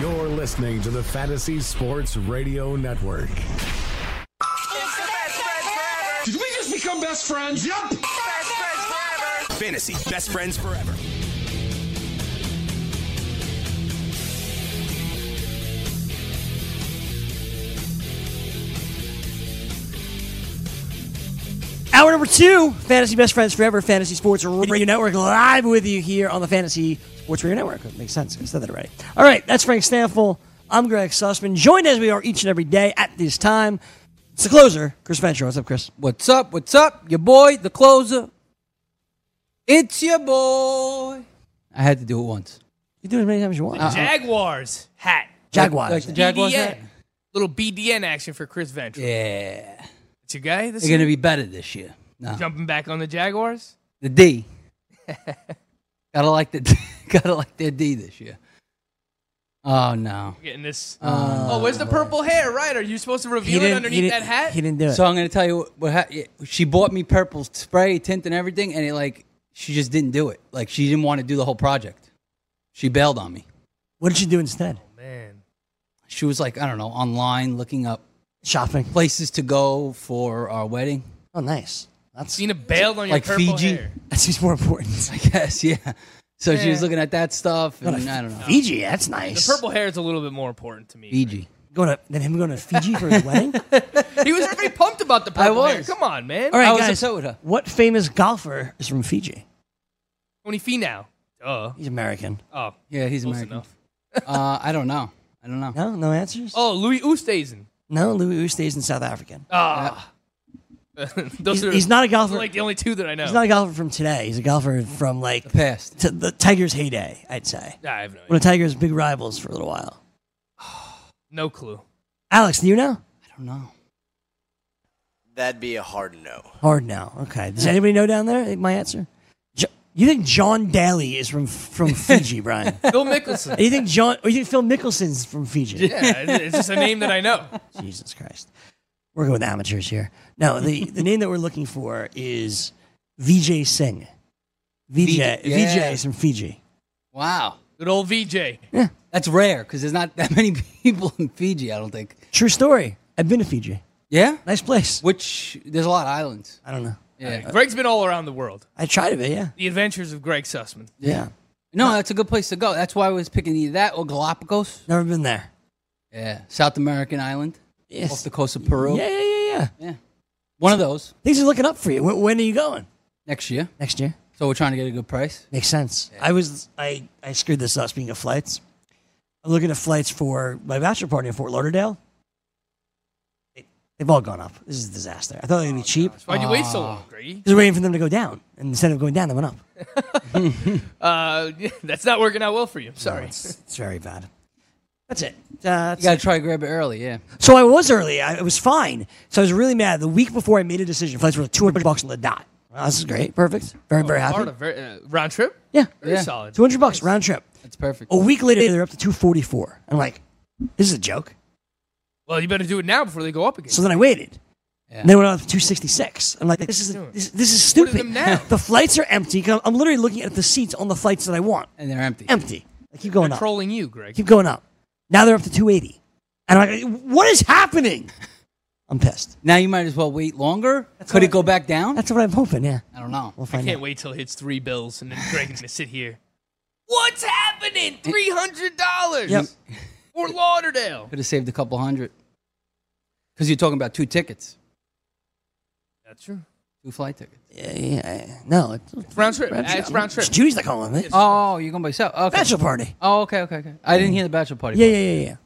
You're listening to the Fantasy Sports Radio Network. Did we just become best friends? Yup! Best friends forever! Fantasy Best Friends Forever. Hour number two, Fantasy Best Friends Forever, Fantasy Sports Radio Network, live with you here on the Fantasy Sports Radio Network. That makes sense. I said that already. All right, that's Frank Stanfill. I'm Greg Sussman, joined as we are each and every day at this time. It's the closer, Chris Venture. What's up, Chris? What's up? What's up? Your boy, the closer. It's your boy. I had to do it once. You do it as many times as you want. Jaguars hat. Jaguars. Like the Jaguars. BDN. hat? Little BDN action for Chris Venture. Yeah. It's your guy. This They're going to be better this year. No. is jumping back on the Jaguars. The D. gotta like the D. gotta like their D this year. Oh no. Getting this. oh, where's the purple hair? Right? Are you supposed to Uh, he reveal it didn't, he underneath didn't- that hat? He didn't do it. So I'm gonna tell you what, what ha- yeah, she bought me purple spray tint and everything, and it like she just didn't do it. Like she didn't want to do the whole project. She bailed on me. what did you do instead? Man, She was like, I don't know, online looking up Shopping. places to go for our wedding. Oh, nice. That's, Cena bailed on your Like purple Fiji? hair. that's who's more important. I guess, yeah. So she was Yeah. looking at that stuff, and I don't know. Fiji, that's The nice. purple hair is a little bit more important to me. Fiji. Going to, then him going to Fiji for his wedding? All He was very pumped about the purple hair. was. Come on, man. right, I was guys. upset with her. What famous golfer is from Fiji? Tony Finau. Oh, He's American. oh, Yeah, he's close American. enough. Uh, I don't know. I don't know. No, no answers. Oh, Louis Oosthuizen. No, Louis Oosthuizen's in South African. Ah, those He's, are he's not a golfer. like the only two that I know. he's not a golfer from today. He's a golfer from like Past. to the Tigers' heyday, I'd say. I have no, One idea. of Tigers' big rivals for a little while. no clue. Alex, do you know? I don't know. That'd be a hard no. Hard now. Okay. Does anybody know down there? My answer. Jo- you think John Daly is from from Fiji, Brian? Bill Mickelson. you think John? Or you think Phil Mickelson's from Fiji? yeah, it's it's just a name that I know. Jesus Christ. We're going with amateurs here. No, the, the name that we're looking for is Vijay Singh. Vijay, Vijay, yeah. Vijay is from Fiji. Wow. Good old VJ. That's rare because there's not that many people in Fiji, I don't think. True story. I've been to Fiji. Yeah? Nice place. Which, there's a lot of islands. I don't know. Yeah. Greg's been all around the world. I tried it, yeah. The Adventures of Greg Sussman. Yeah. No, that's a good place to go. That's why I was picking either that or Galapagos. Never been there. Yeah. South American island Yes. off the coast of Peru. Yeah, yeah, yeah, yeah. One of those Things are looking up for you. When, when are you going? next year. Next year. So we're trying to get a good price. Makes sense. I was I I screwed this up. Speaking of flights, I'm looking at flights for my bachelor party in Fort Lauderdale. They- They've all gone up. This is a disaster. I thought they'd Oh, be cheap. Why'd you wait so long, Greg? Just waiting for them to go down, and instead of going down, they went up. Uh, that's not working out well for you. I'm No, sorry. it's, it's very bad. That's it. Uh, You got to try to grab it early. Yeah. so I was early. I it was fine. So I was really mad. The week before I made a decision, flights were like 200 bucks on the dot. Wow, this is great. Perfect. Very very happy. Florida, very, uh, round trip. Yeah. Very Yeah. solid. 200 bucks round trip. That's perfect. A week later, they're up to 244. I'm like, this is a joke. Well, you better do it now before they go up again. So then I waited. Yeah. And they went up to 266. I'm like, this is this, this is What are stupid. them now? the flights are empty. I'm I'm literally looking at the seats on the flights that I want. And they're empty. Empty. I keep going They're up. trolling you, Greg. Keep going up. Now they're up to 280. And I'm like, what is happening? I'm pissed. Now you might as well wait longer. Could all it go back down? That's what I'm hoping. Yeah, I don't know. we'll I find can't out. wait till it hits three bills and then Greg's gonna sit here. What's happening? Three hundred dollars. Yep. Fort Lauderdale. Could have saved a couple hundred. Because you're talking about two tickets, That's true. two flight tickets. Yeah, yeah, yeah. No, it's, It's round trip. Uh, It's round trip. It's Judy's not calling me. Oh, you're going by yourself. Okay. Bachelor party. Oh, okay, okay, okay. I didn't hear the bachelor party. Yeah, yeah, yeah, yeah. All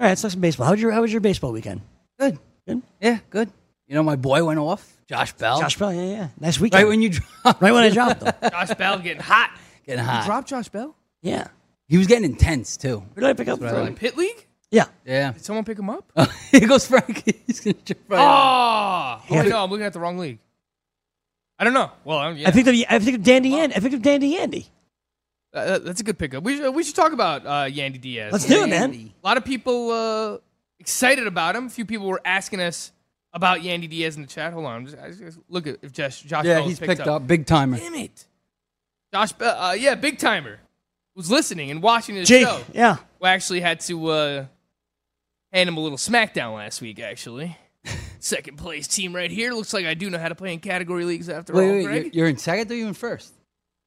right, let's talk some baseball. How was your How was your baseball weekend? Good. Good. Yeah, good. You know, my boy went off. Josh Bell. Josh Bell. Yeah, yeah. Nice weekend. Right when you dropped. right when I dropped them. Josh Bell getting hot. Getting hot. Drop Josh Bell. Yeah. He was getting intense too. Who did I pick up? what I from? like. Pit League? Yeah. Yeah. Did someone pick him up? Here goes Frankie. He's gonna jump right out. Oh, oh wait, no, I'm looking at the wrong league. I don't know. Well, I'm, yeah, I picked up. I picked up Dandy Andy. I picked up Dandy Andy. Uh, that's a good pickup. We should, we should talk about uh, Yandy Diaz. Let's do it, man. A lot of people uh, excited about him. A few people were asking us about Yandy Diaz in the chat. Hold on, I'm just, I just look at if Josh. Josh Oh, Yeah, Bell he's picked, up. big timer. Damn it, Josh. Bell- Uh, yeah, big timer was listening and watching his Jake. show. Yeah. We actually had to uh, hand him a little smackdown last week. Actually, second place team right here. Looks like I do know how to play in category leagues after Wait, all. wait, Greg. you're, you're in second or you in first?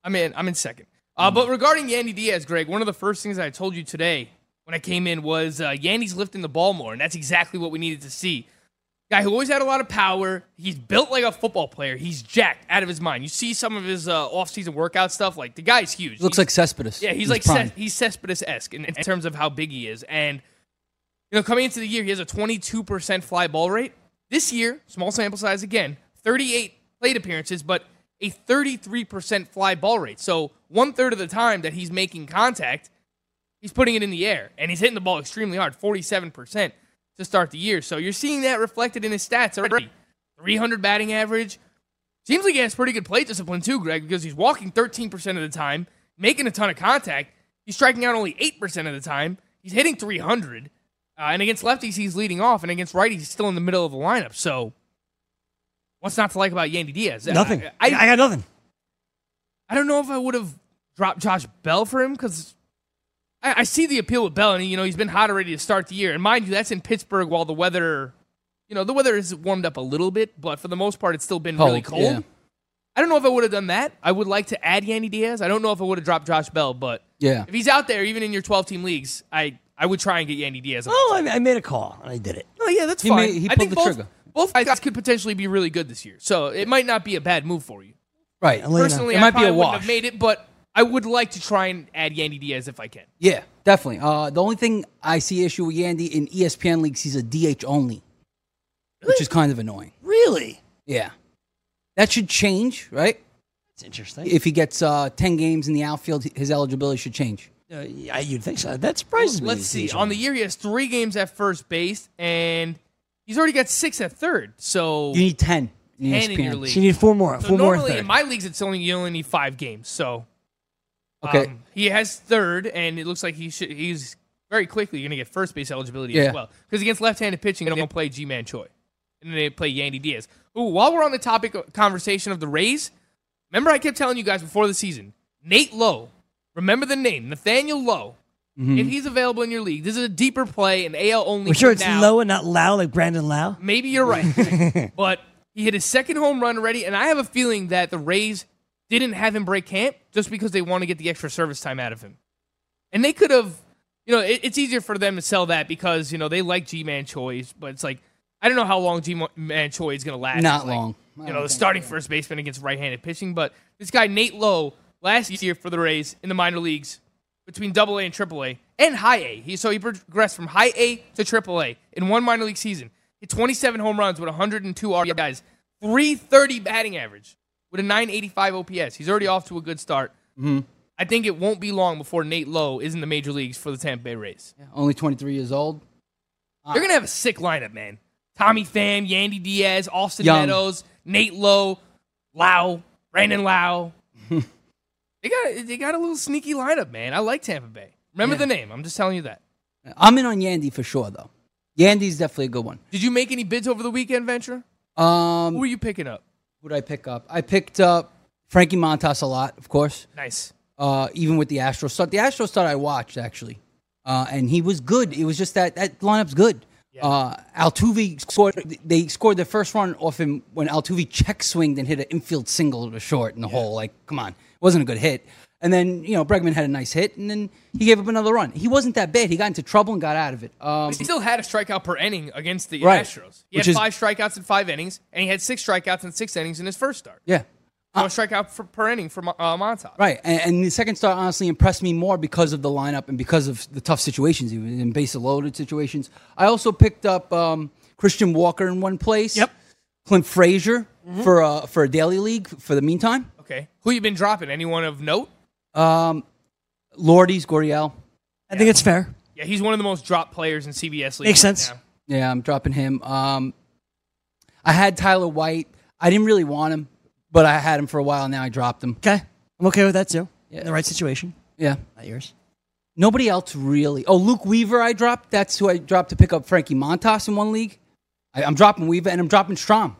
I'm in. I'm in second. Hmm. Uh, but regarding Yandy Diaz, Greg, one of the first things I told you today when I came in was uh, Yandy's lifting the ball more, and that's exactly what we needed to see. Guy who always had a lot of power. He's built like a football player. He's jacked out of his mind. You see some of his uh, off-season workout stuff. Like the guy's huge. He He's- looks like Cespedes. yeah, in he's his like prime. Ces- he's Cespedes esque in, in terms of how big he is. And you know, coming into the year, he has a 22% fly ball rate. This year, small sample size again, 38 plate appearances, but a 33% fly ball rate. So one third of the time that he's making contact, he's putting it in the air, and he's hitting the ball extremely hard, 47% to start the year. So you're seeing that reflected in his stats already. 300 batting average, Seems like he has pretty good plate discipline too, Greg, because he's walking 13% of the time, making a ton of contact. He's striking out only 8% of the time. He's hitting 300. Uh, and against lefties, he's leading off, and against righties, he's still in the middle of the lineup. So, what's not to like about Yandy Diaz? I- Nothing. I, I got nothing. I don't know if I would have dropped Josh Bell for him because I, I see the appeal with Bell, and you know he's been hot already to start the year. And mind you, that's in Pittsburgh while the weather, you know, the weather has warmed up a little bit, but for the most part, it's still been really Cold, cold. yeah. I don't know if I would have done that. I would like to add Yandy Diaz. I don't know if I would have dropped Josh Bell, but Yeah. if he's out there, even in your 12 team leagues, I I would try and get Yandy Diaz. on Oh, I, I made a call and I did it. Oh yeah, that's He fine. may- he I pulled think the both, trigger. Both guys could potentially be really good this year, so it might not be a bad move for you. Right. Elena. Personally, It I might be probably a wouldn't wash. have made it, but I would like to try and add Yandy Diaz if I can. Yeah, definitely. Uh, the only thing I see issue with Yandy in E ESPN leagues, he's a DH only, which is kind of annoying. Really? Yeah, that should change, right? That's interesting. If he gets uh, ten games in the outfield, his eligibility should change. Uh, yeah, you'd think so. That surprises me. Let's see. On the year, he has three games at first base, and he's already got six at third. So, You need ten in 10 E ESPN. in your league. She need four more. so four more. normally third. in my leagues, it's only you only need five games. So, Okay. um, he has third, and it looks like he should. He's very quickly going to get first base eligibility Yeah. as well because against left-handed pitching, they don't play G-Man Choi, and they play Yandy Diaz. Ooh, while we're on the topic of conversation of the Rays, remember I kept telling you guys before the season, Nate Lowe. Remember the name, Nathaniel Lowe. If he's available in your league, this is a deeper play, an AL only. Mm-hmm. We're sure it's now. low and not loud like Brandon Lau. Maybe you're right. but he hit his second home run already, and I have a feeling that the Rays didn't have him break camp just because they want to get the extra service time out of him. And they could have, you know, it, it's easier for them to sell that because, you know, they like G Man Choi, but it's like, I don't know how long G Man Choi is going to last. Not It's like, long. I you don't know, the think starting first baseman against right handed pitching, but this guy, Nate Lowe, last year for the Rays in the minor leagues, between double A and triple A and high A. He, so he progressed from high A to triple A in one minor league season. Hit 27 home runs with 102 RBIs, 330 batting average with a 985 OPS. He's already off to a good start. I think it won't be long before Nate Lowe is in the major leagues for the Tampa Bay Rays. Yeah, Only twenty three years old. They're going to have a sick lineup, man. Tommy Pham, Yandy Diaz, Austin Young. Meadows, Nate Lowe, Lau, Brandon Lau. they got they got a little sneaky lineup, man. I like Tampa Bay. Remember the name. I'm just telling you that. I'm in on Yandy for sure, though. Yandy's definitely a good one. Did you make any bids over the weekend, Venture? Um, Who are you picking up? who did I pick up? I picked up Frankie Montas a lot, of course. Nice. uh, even with the Astros start. The Astros start I watched actually, uh, and he was good. It was just that that lineup's good. Uh, Altuve scored. They scored their first run off him when Altuve check swinged and hit an infield single to short in the hole. Like, come on, it wasn't a good hit. And then you know Bregman had a nice hit, and then he gave up another run. He wasn't that bad. He got into trouble and got out of it. Um, He still had a strikeout per inning against the Right. Astros. He Which had is- five strikeouts in five innings, and he had six strikeouts in six innings in his first start. yeah, No strikeout for, per inning for Mo- uh, Montauk. Right, and, and the second start honestly impressed me more because of the lineup and because of the tough situations, even in base loaded situations. I also picked up um, Christian Walker in one place. Yep. Mm-hmm. Clint Frazier for a for a daily league. For the meantime, Okay. Who you been dropping? Anyone of note? um, Lordy's Goriel. I think it's fair. Yeah, he's one of the most dropped players in CBS league. Makes right sense. now. Yeah, I'm dropping him. Um, I had Tyler White. I didn't really want him, but I had him for a while. and Now I dropped him. Okay. I'm okay with that too. Yeah. In the right situation. Yeah. Not yours. Nobody else really. Oh, Luke Weaver, I dropped. That's who I dropped to pick up Frankie Montas in one league. I, I'm dropping Weaver and I'm dropping Strom.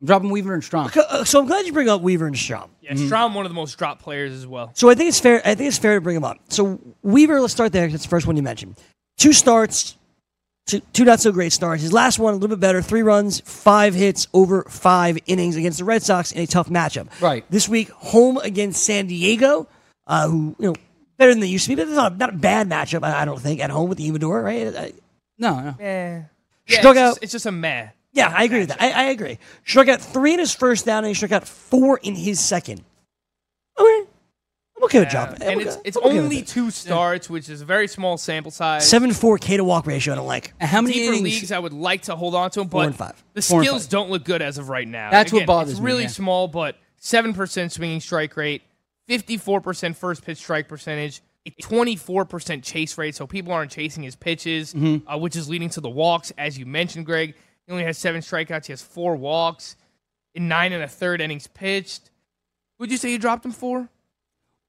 I'm dropping Weaver and Strom. Co- uh, So I'm glad you bring up Weaver and Strom. Yeah, Strom one of the most dropped players as well. So I think it's fair. I think it's fair to bring him up. So Weaver, let's start there. 'cause It's the first one you mentioned. Two starts, two, two not so great starts. His last one a little bit better. Three runs, five hits over five innings against the Red Sox in a tough matchup. Right. This week, home against San Diego, uh, who you know better than they used to be, but it's not, not a bad matchup. I, I don't think at home with the Humidor, right? I- No, no. Yeah, it's, Struck out- just, it's just a meh. Yeah, I agree with that. I, I agree. Struck out three in his first down, and he struck out four in his second. Okay, I'm okay with Yeah. dropping. I'm Uh, And okay- it's it's I'm okay with only it. two starts, which is a very small sample size. seven four K to walk ratio. I don't like. And how many Deeper innings? leagues, I would like to hold on to him, but and five. the Four and skills five. don't look good as of right now. That's what Again, bothers it's me, Really yeah. small, but seven percent swinging strike rate, fifty-four percent first pitch strike percentage, a twenty-four percent chase rate. So people aren't chasing his pitches, Mm-hmm. uh, which is leading to the walks, as you mentioned, Greg. He only has seven strikeouts. He has four walks in nine and a third innings pitched. Would you say you dropped him for?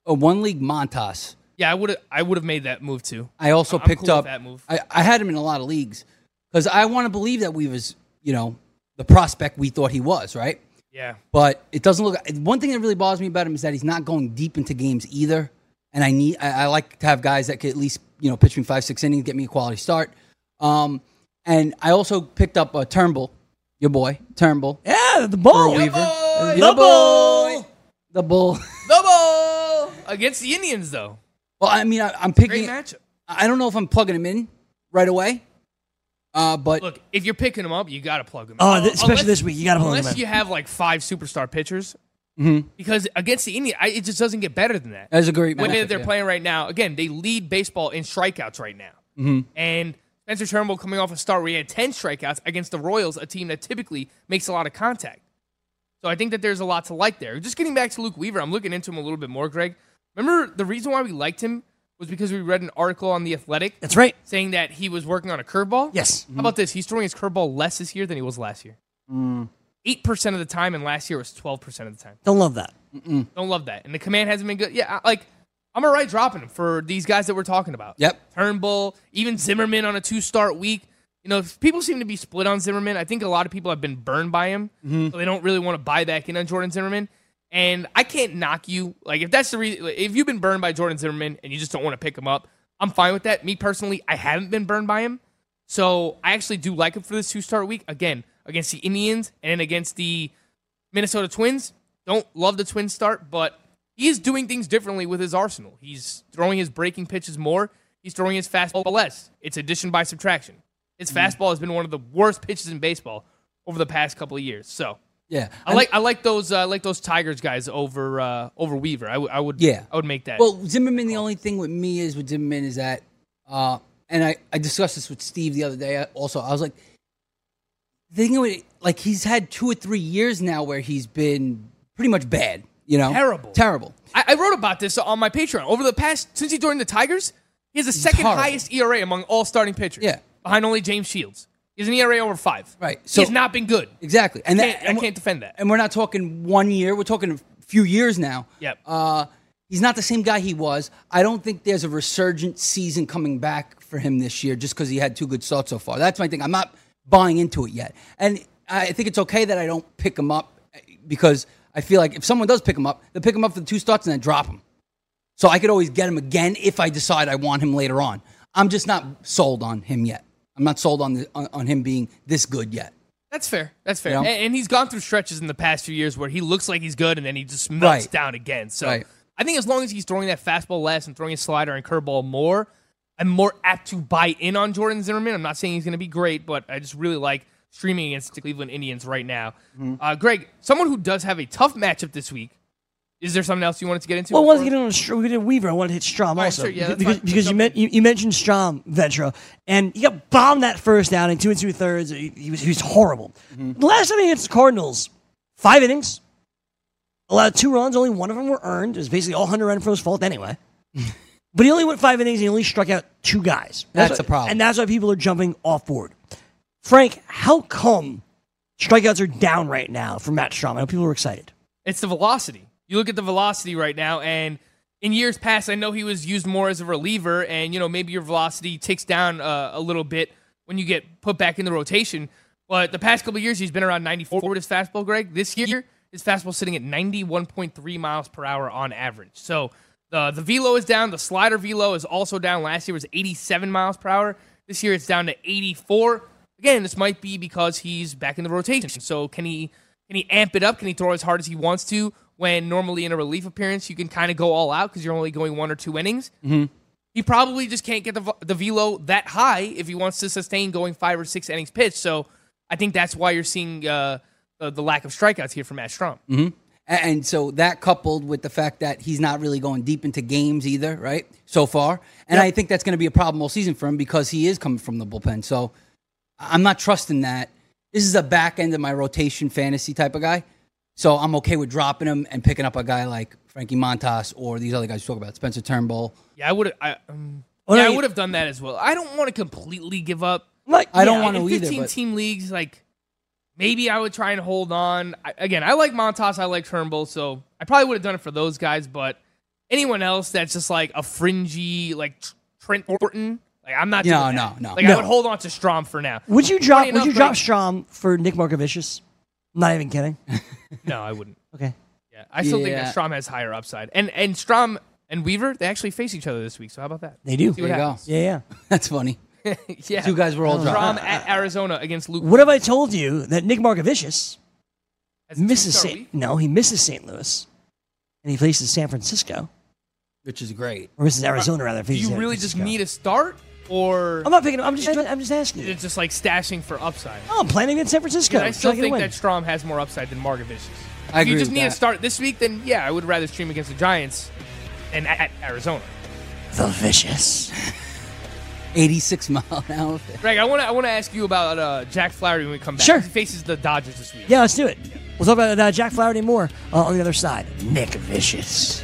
Oh, one league Montas. Yeah, I would. I would have made that move too. I also I'm picked cool with up. that move. I, I had him in a lot of leagues because I want to believe that Weaver's, you know, the prospect we thought he was, right? Yeah. But it doesn't look. One thing that really bothers me about him is that he's not going deep into games either. And I need. I, I like to have guys that could at least you know pitch me five, six innings, get me a quality start. Um, and I also picked up uh, Turnbull, your boy Turnbull, Yeah, the for ball. Weaver, boy! Your The ball! boy! the bull. The ball against the Indians, though. Well, I mean, I, I'm picking. Great matchup. I don't know if I'm plugging him in right away. Uh, but Look, if you're picking them up, you got to plug them. Oh, th- especially this week, you gotta plug 'em Unless in. Mm-hmm. you have like five superstar pitchers, because against the Indians, I, it just doesn't get better than that. That's a great When matchup, they're yeah. playing right now, again, they lead baseball in strikeouts right now. Mm-hmm. And Spencer Turnbull coming off a start where he had ten strikeouts against the Royals, a team that typically makes a lot of contact. So I think that there's a lot to like there. Just getting back to Luke Weaver, I'm looking into him a little bit more, Greg. Remember the reason why we liked him was because we read an article on The Athletic That's right. saying that he was working on a curveball. Yes. How about this? He's throwing his curveball less this year than he was last year. Eight percent of the time, and last year was twelve percent of the time. Don't love that. Don't love that. And the command hasn't been good. Yeah, I- like I'm alright dropping him for these guys that we're talking about. Yep. Turnbull, even Zimmerman on a two-start week. You know, if people seem to be split on Zimmerman. I think a lot of people have been burned by him, so they don't really want to buy back in on Jordan Zimmerman. And I can't knock you. Like if that's the reason, if you've been burned by Jordan Zimmerman and you just don't want to pick him up, I'm fine with that. Me personally, I haven't been burned by him. So I actually do like him for this two start week. Again, against the Indians and then against the Minnesota Twins. Don't love the Twins start, but he is doing things differently with his arsenal. He's throwing his breaking pitches more. He's throwing his fastball less. It's addition by subtraction. His Mm. fastball has been one of the worst pitches in baseball over the past couple of years. So yeah, I like I like those uh, I like those Tigers guys over uh, over Weaver. I, w- I would Yeah. I would make that. Well, Zimmerman, the only thing with me is with Zimmerman is that, uh, and I, I discussed this with Steve the other day. I- Also, I was like, thinking with like he's had two or three years now where he's been pretty much bad. You know, Terrible. terrible. I, I wrote about this on my Patreon. Over the past since he joined the Tigers, he has the second horrible. highest ERA among all starting pitchers. Yeah. behind only James Shields. He has an ERA over five. Right, so so- he's not been good. Exactly. And Can't- that, I and, can't defend that. and we're not talking one year. We're talking a few years now. Yep. Uh, he's not the same guy he was. I don't think there's a resurgent season coming back for him this year just because he had two good starts so far. That's my thing. I'm not buying into it yet, and I think it's okay that I don't pick him up because I feel like if someone does pick him up, they pick him up for the two starts and then drop him. So I could always get him again if I decide I want him later on. I'm just not sold on him yet. I'm not sold on the, on, on him being this good yet. That's fair. That's fair. You know? And, and he's gone through stretches in the past few years where he looks like he's good and then he just melts Right. down again. So Right. I think as long as he's throwing that fastball less and throwing his slider and curveball more, I'm more apt to buy in on Jordan Zimmerman. I'm not saying he's going to be great, but I just really like streaming against the Cleveland Indians right now. Uh, Greg, someone who does have a tough matchup this week. Is there something else you wanted to get into? Well, I wanted to before- get in on Str- we did Weaver. I wanted to hit Strom right, also sure, yeah, that's because, fine. because you, men- you, you mentioned Strom Ventra, and he got bombed that first down in two and two thirds. He, he was he was horrible. Mm-hmm. The last time against the Cardinals, five innings, allowed two runs, only one of them were earned. It was basically all Hunter Renfro's fault anyway. But he only went five innings and he only struck out two guys. That's why- a problem. And that's why people are jumping off board. Frank, how come strikeouts are down right now for Matt Strom? I know people are excited. It's the velocity. You look at the velocity right now, and in years past, I know he was used more as a reliever, and you know maybe your velocity ticks down uh, a little bit when you get put back in the rotation. But the past couple of years, he's been around 94 with his fastball. Greg, this year his fastball sitting at 91.3 miles per hour on average. So the the velo is down. The slider velo is also down. Last year was 87 miles per hour. This year it's down to 84. Again, this might be because he's back in the rotation. So can he can he amp it up? Can he throw as hard as he wants to? When normally in a relief appearance you can kind of go all out because you're only going one or two innings. Mm-hmm. He probably just can't get the v- the velo that high if he wants to sustain going five or six innings pitched. So I think that's why you're seeing uh, the, the lack of strikeouts here from Matt Strom. Mm-hmm. A- And so that coupled with the fact that he's not really going deep into games either, right? So far. And I think that's going to be a problem all season for him because he is coming from the bullpen. So I- I'm not trusting that. This is a back end of my rotation fantasy type of guy. So I'm okay with dropping him and picking up a guy like Frankie Montas or these other guys you talk about, Spencer Turnbull. Yeah, I would. I um, Well, yeah, no, I you- would have done that as well. I don't want to completely give up. Like, I don't yeah, want In to either. 15 but- team leagues, like maybe I would try and hold on. I, again, I like Montas, I like Turnbull, so I probably would have done it for those guys. But anyone else that's just like a fringy, like Tr- Trent Thornton, like I'm not. No, doing that. no, no. Like I No. would hold on to Strom for now. Would you drop? Funny would you enough, drop like- Strom for Nick Markovicius? Not even kidding. No, I wouldn't. Okay. Yeah, I still think Yeah. that Strom has higher upside, and and Strom and Weaver they actually face each other this week. So how about that? They do. See what There you go. happens. Yeah, yeah. That's funny. Yeah, Two guys were all Strom dropped. at Arizona against Luke. What if I told you that Nick Markovicius Has a misses two-star St. week. No, he misses St. Louis, and he faces San Francisco Which is great. or misses Arizona rather. Do you really just need it? a start, or I'm not picking. I'm just. I'm just asking. You. it's just like stashing for upside? Oh, I'm planning in San Francisco. I It's still not gonna think win. that Strom has more upside than Margavicius. I If agree you just with need a that. start this week, then yeah, I would rather stream against the Giants and at Arizona. the vicious. 86 mile an hour. Greg, I want to I want to ask you about uh, Jack Flaherty when we come back. Sure. He faces the Dodgers this week. Yeah, let's do it. We'll talk about uh, Jack Flaherty more uh, on the other side. Nick Vicious.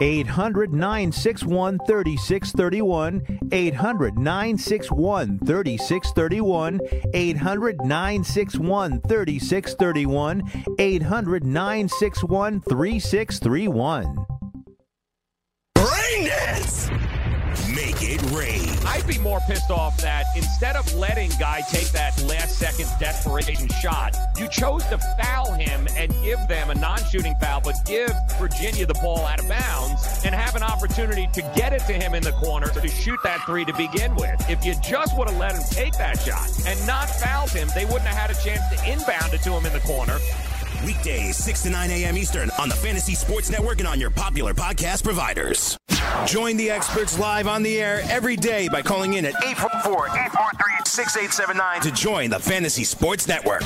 800 961 3631. 800 961 3631. 800 961 3631. 800 961 3631. Brain dance! Make it rain. I'd be more pissed off that instead of letting Guy take that last second desperation shot, you chose to foul him and give them a non shooting foul, but give Virginia the ball out of bounds and have an opportunity to get it to him in the corner to shoot that three to begin with. If you just would have let him take that shot and not fouled him, they wouldn't have had a chance to inbound it to him in the corner. Weekdays, 6 to 9 a.m. Eastern on the Fantasy Sports Network and on your popular podcast providers. Join the experts live on the air every day by calling in at 844 843 6879 to join the Fantasy Sports Network.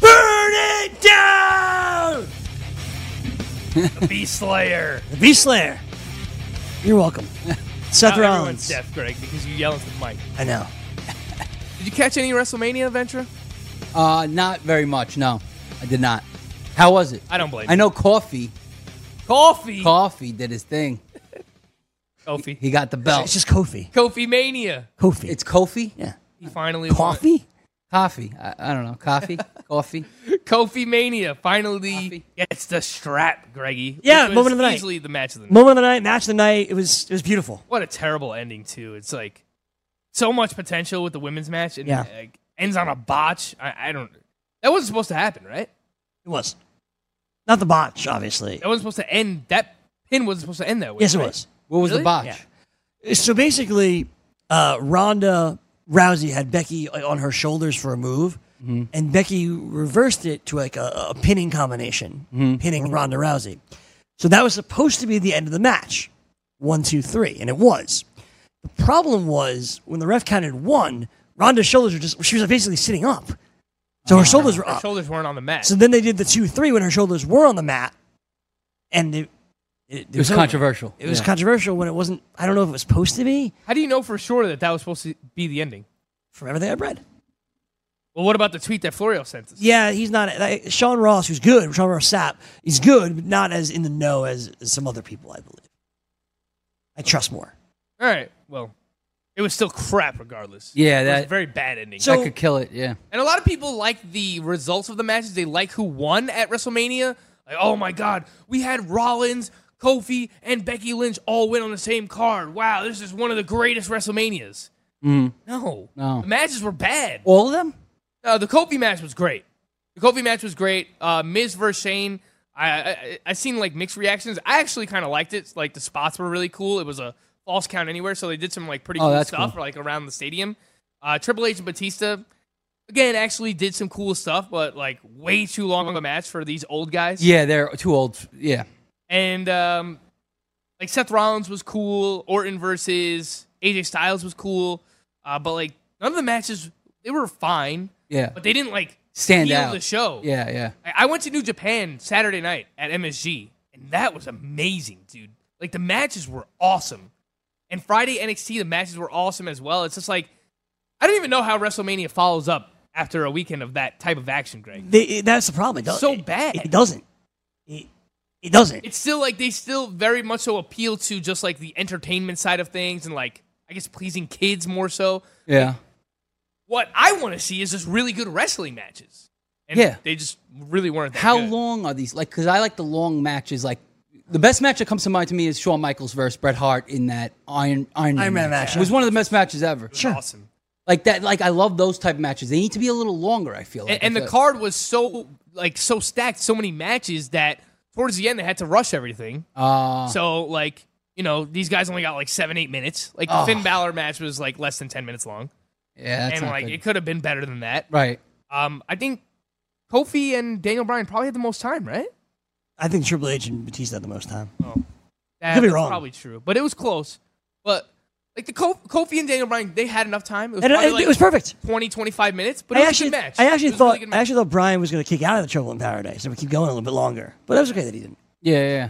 Burn it down! Beast Slayer. The Beast Slayer. You're welcome. Seth now Rollins. Everyone's deaf, Greg, because you yell into the mic. I know. Did you catch any WrestleMania adventure? Uh, not very much. No, I did not. How was it? I don't blame I you. know coffee. Coffee. Coffee did his thing. Kofi. He got the belt. It's just Kofi. Kofi Mania. Kofi. It's Kofi. yeah. He finally Coffee? Coffee. I, I don't know. Coffee. coffee. Won. Kofi Mania finally Coffee. gets the strap, Greggy. Yeah, which was moment of the night. Easily the match of the night. Moment of the night, match of the night. It was it was beautiful. what a terrible ending too. It's like so much potential with the women's match and Yeah. like, ends on a botch. I, I don't. That wasn't supposed to happen, right? It was. Not the botch, obviously. That wasn't supposed to end. That pin wasn't supposed to end that way. Yes, it right? was. What was Really? the botch? Yeah. So basically, uh, Ronda Rousey had Becky like, on her shoulders for a move, and Becky reversed it to like a, a pinning combination, pinning Ronda Rousey. So that was supposed to be the end of the match, one, two, three, and it was. The problem was when the ref counted one, Ronda's shoulders were just she was basically sitting up, so her shoulders were Her up. shoulders weren't on the mat. So then they did the two, three when her shoulders were on the mat, and it. It, It was over. controversial. It was Yeah. controversial when it wasn't. I don't know if it was supposed to be How do you know for sure that that was supposed to be the ending? from everything I've read. Well, what about the tweet that Florio sent us? Yeah, he's not. Like, Sean Ross, who's good, Sean Ross Sapp, he's good, but not as in the know as, as some other people, I believe. I trust more. All right. Well, it was still crap regardless. Yeah, It was a that- very bad ending. So- I could kill it. Yeah. and a lot of people like the results of the matches. They like who won at WrestleMania. Like, oh my God, we had Rollins, Kofi, and Becky Lynch all win on the same card. Wow, this is one of the greatest WrestleManias. No, No. the matches were bad. All of them. Uh, the Kofi match was great. The Kofi match was great. Uh, Miz versus Shane. I I, I- I seen like mixed reactions. I actually kind of liked it. Like the spots were really cool. It was a false count anywhere, so they did some like pretty Oh, cool that's stuff cool. like around the stadium. Uh, Triple H and Batista again actually did some cool stuff, but like way too long of a match for these old guys. Yeah, they're too old. Yeah. And um, like Seth Rollins was cool. Orton versus AJ Styles was cool. Uh, but like none of the matches they were fine Yeah. but they didn't like Stand steal out. the show. Yeah. Yeah. I, I went to New Japan Saturday night at MSG, and that was amazing, dude. Like the matches were awesome, and Friday NXT the matches were awesome as well. It's just like I don't even know how WrestleMania follows up after a weekend of that type of action, Greg. They, it- that's the problem. It do- So it- bad. It, doesn't. It, it doesn't. It's still like they still very much so appeal to just like the entertainment side of things and like I guess pleasing kids more so. Yeah. What I want to see is just really good wrestling matches. And Yeah. they just really weren't. That How good. long are these? Like, because I like the long matches. Like, the best match that comes to mind to me is Shawn Michaels versus Bret Hart in that Iron Iron, Iron Man match. It was one of the best matches ever. It was Awesome. Like that. Like I love those type of matches. They need to be a little longer. I feel. Like. and, and I the feel- card was so like so stacked, so many matches that towards the end they had to rush everything. Uh. Ah. so like you know these guys only got like seven eight minutes. Like the Oh. Finn Balor match was like less than ten minutes long, yeah. That's and not like good. it could have been better than that. right. Um, I think Kofi and Daniel Bryan probably had the most time, right? I think Triple H and Batista had the most time. That- Could be that's wrong. Probably true, but it was close. But like the Ko- Kofi and Daniel Bryan, they had enough time. It was, And it, probably, it like, was perfect. 20, 25 minutes, but I it was actually, a good match. I actually It was a really thought I good match. actually thought Brian was going to kick out of the Trouble in Paradise and we keep going a little bit longer, but that was okay that he didn't. Yeah. Yeah.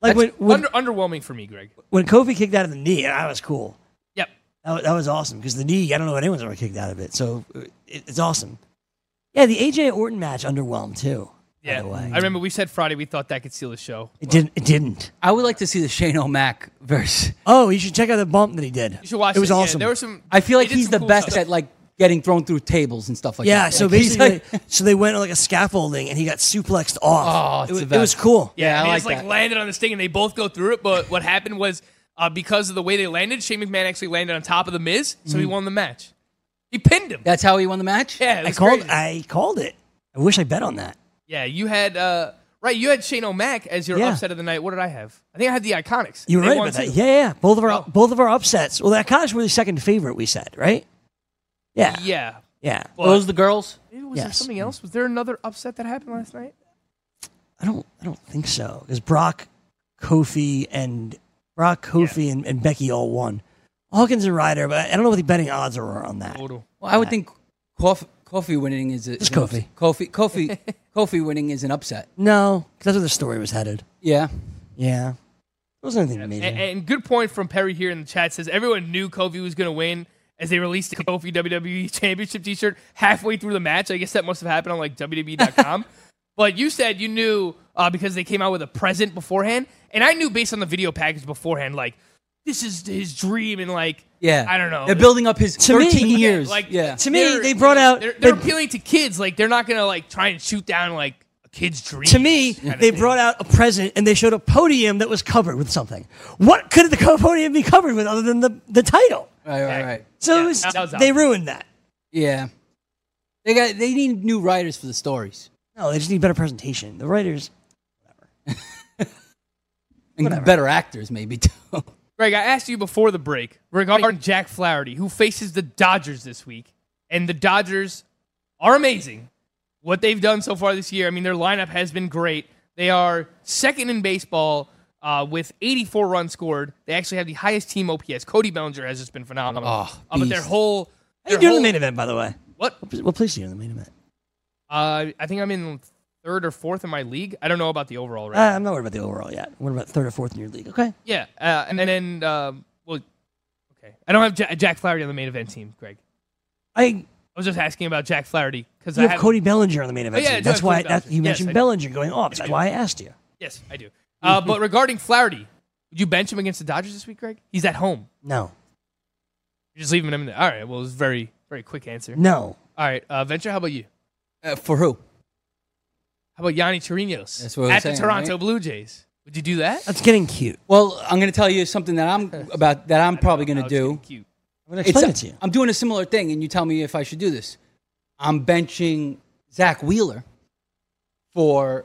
Like when when, Under, underwhelming for me, Greg. when Kofi kicked out of the knee, that was cool. Yep. That, wa- that was awesome because the knee, I don't know if anyone's ever kicked out of it. So uh, it, it's awesome. Yeah, the AJ Orton match underwhelmed too. Yeah, By the way. I remember we said Friday we thought that could steal the show. It didn't. It didn't. I would like to see the Shane O'Mac versus. Oh, you should check out the bump that he did. You should watch. It was Yeah, awesome. there were some. I feel they like did he's some the cool best stuff. at like getting thrown through tables and stuff like yeah, that. so Like, he's basically, like- so they went on like a scaffolding, and he got suplexed off. Oh, it's it, the wa- it was best. cool. Yeah, Yeah, I and he like just like that. landed on this thing, and they both go through it. But what happened was uh, because of the way they landed, Shane McMahon actually landed on top of the Miz, so he won the match. He pinned him. that's how he won the match. yeah, it Mm. I was called. crazy. I called it. I wish I bet on that. yeah, you had uh, right. You had Shane O'Mac as your Yeah. upset of the night. What did I have? I think I had the Iconics. You were They right won about that. too. Yeah, yeah. Both of our both of our upsets. Well, that kind of were the second favorite we said, right? Yeah, yeah. yeah. Were Those the girls. Maybe- Was there Yes. something else? Was there another upset that happened last night? I don't. I don't think so. Because Brock, Kofi, and Brock, Kofi, and, and Becky all won. Hawkins and Ryder, but I don't know what the betting odds are on that. Total. Well, I would think Kofi, Kofi winning is a, is an Kofi. ups- Kofi Kofi Kofi winning is an upset. No, 'cause that's where the story was headed. Yeah. Yeah. wasn't anything major. And, and good point from Perry here in the chat says everyone knew Kofi was going to win as they released the Kofi WWE E Championship T-shirt halfway through the match. I guess that must have happened on like WWE.com. but you said you knew uh, because they came out with a present beforehand, and I knew based on the video package beforehand, like this is his dream, and like Yeah. I don't know, They're building up his me- 13 yeah, years. Like yeah. To me, they're- they brought out- they're, they're they- appealing to kids. Like they're not going to like try and shoot down like a kid's dream. To me, they brought out a present and they showed a podium that was covered with something. What could the co- podium be covered with other than the, the title? Right, right, right. So it Yeah, was, that was they awesome. ruined that. Yeah. They got they need new writers for the stories. No, they just need better presentation. The writers. And Whatever. better actors maybe too. Greg, I asked you before the break regarding Jack Flaherty, who faces the Dodgers this week, and the Dodgers are amazing. What they've done so far this year, I mean, their lineup has been great. They are second in baseball uh, with 84 runs scored. They actually have the highest team OPS. Cody Bellinger has just been phenomenal. Oh, Uh, but their beast. whole Ah, How you their doing in whole- the main event, by the way? What? What place are you in the main event? Uh, I think I'm in third or fourth in my league. I don't know about the overall Uh, right. I'm not worried about the overall yet. What about third or fourth in your league? Okay. yeah, uh, and then um, well, okay. I don't have Ja Jack Flaherty on the main event team, Greg. I I was just asking about Jack Flaherty because I you have haven't- Cody Bellinger on the main event. Oh, yeah, I team. do That's have why Cody that, Bellinger. you Yes, mentioned I do. Bellinger going off. That's why I asked you. Yes, I do. Uh, but regarding Flaherty, would you bench him against the Dodgers this week, Greg? He's at home. No, You're just leaving him in there. All right. Well, it was a very very quick answer. no. All right, uh, Venture. How about you? Uh, for who? How about Yanni Chirinos That's what I was at saying, the Toronto right? Blue Jays? Would you do that? That's getting cute. Well, I'm going to tell you something that I'm about that I'm probably going Oh, to it's do. getting Cute. I'm gonna explain it It's- to you. I'm doing a similar thing, and you tell me if I should do this. I'm benching Zach Wheeler for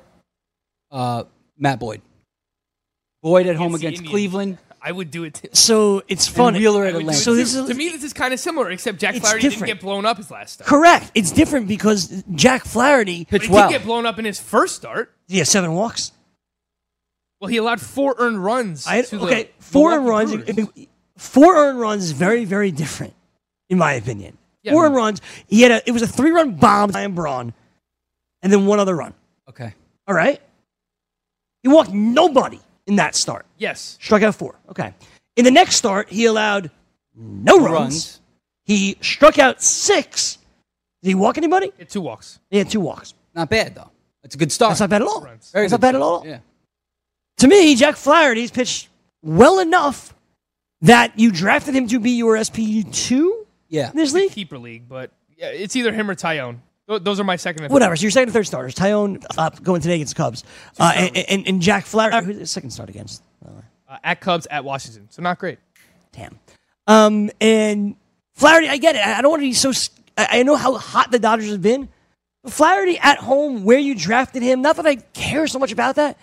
uh, Matt Boyd. Boyd at home It's the against Indians. Cleveland. I would do it. Too. So it's funny. Wheeler at I would do Atlanta. it So too. this is- to me, this is kind of similar, except Jack It's Flaherty different. didn't get blown up his last start. Correct. It's different because Jack Flaherty. But Pitch he well. did get blown up in his first start. Yeah, seven walks. Well, he allowed four earned runs. I to the okay. Four earned runs. Milwaukee Brewers. Four earned runs is very very different, in my opinion. Yeah. Four earned runs. He had a. It was a three run bomb by Braun, and then one other run. Okay. All right. He walked nobody in that start. Yes. Struck out four. Okay. In the next start, he allowed no runs. Runs. He struck out six. Did he walk anybody? Get two walks. He had two walks. Not bad, though. That's a good start. That's not bad at all. Runs. Very That's not good bad at all. start. Yeah. To me, Jack Flaherty's pitched well enough that you drafted him to be your SPU two Yeah. in this league. keeper league, but yeah, it's either him or Tyone. Tho- Those are my second and Whatever. So your second and third starters, Tyone up going today against the Cubs, uh, and, and, and Jack Uh, Flaherty. Who's his second start against? by the way? Uh, at Cubs at Washington. So not great. Damn. Um, and Flaherty, I get it. I I don't want to be so. s- I I know how hot the Dodgers have been. But Flaherty at home, where you drafted him, not that I care so much about that.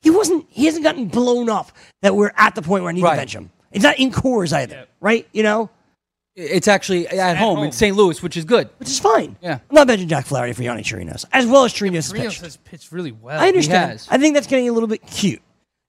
He wasn't. He hasn't gotten blown up that we're at the point where I need Right. to bench him. It's not in cores either, right? You know, It's actually at, home, home. in St. Louis, which is good. which is fine. Yeah. I'm not benching Jack Flaherty for Yanni Chirinos, as well as Chirinos. Reno pitched. has pitched really well. I understand. has. I think that's getting a little bit cute.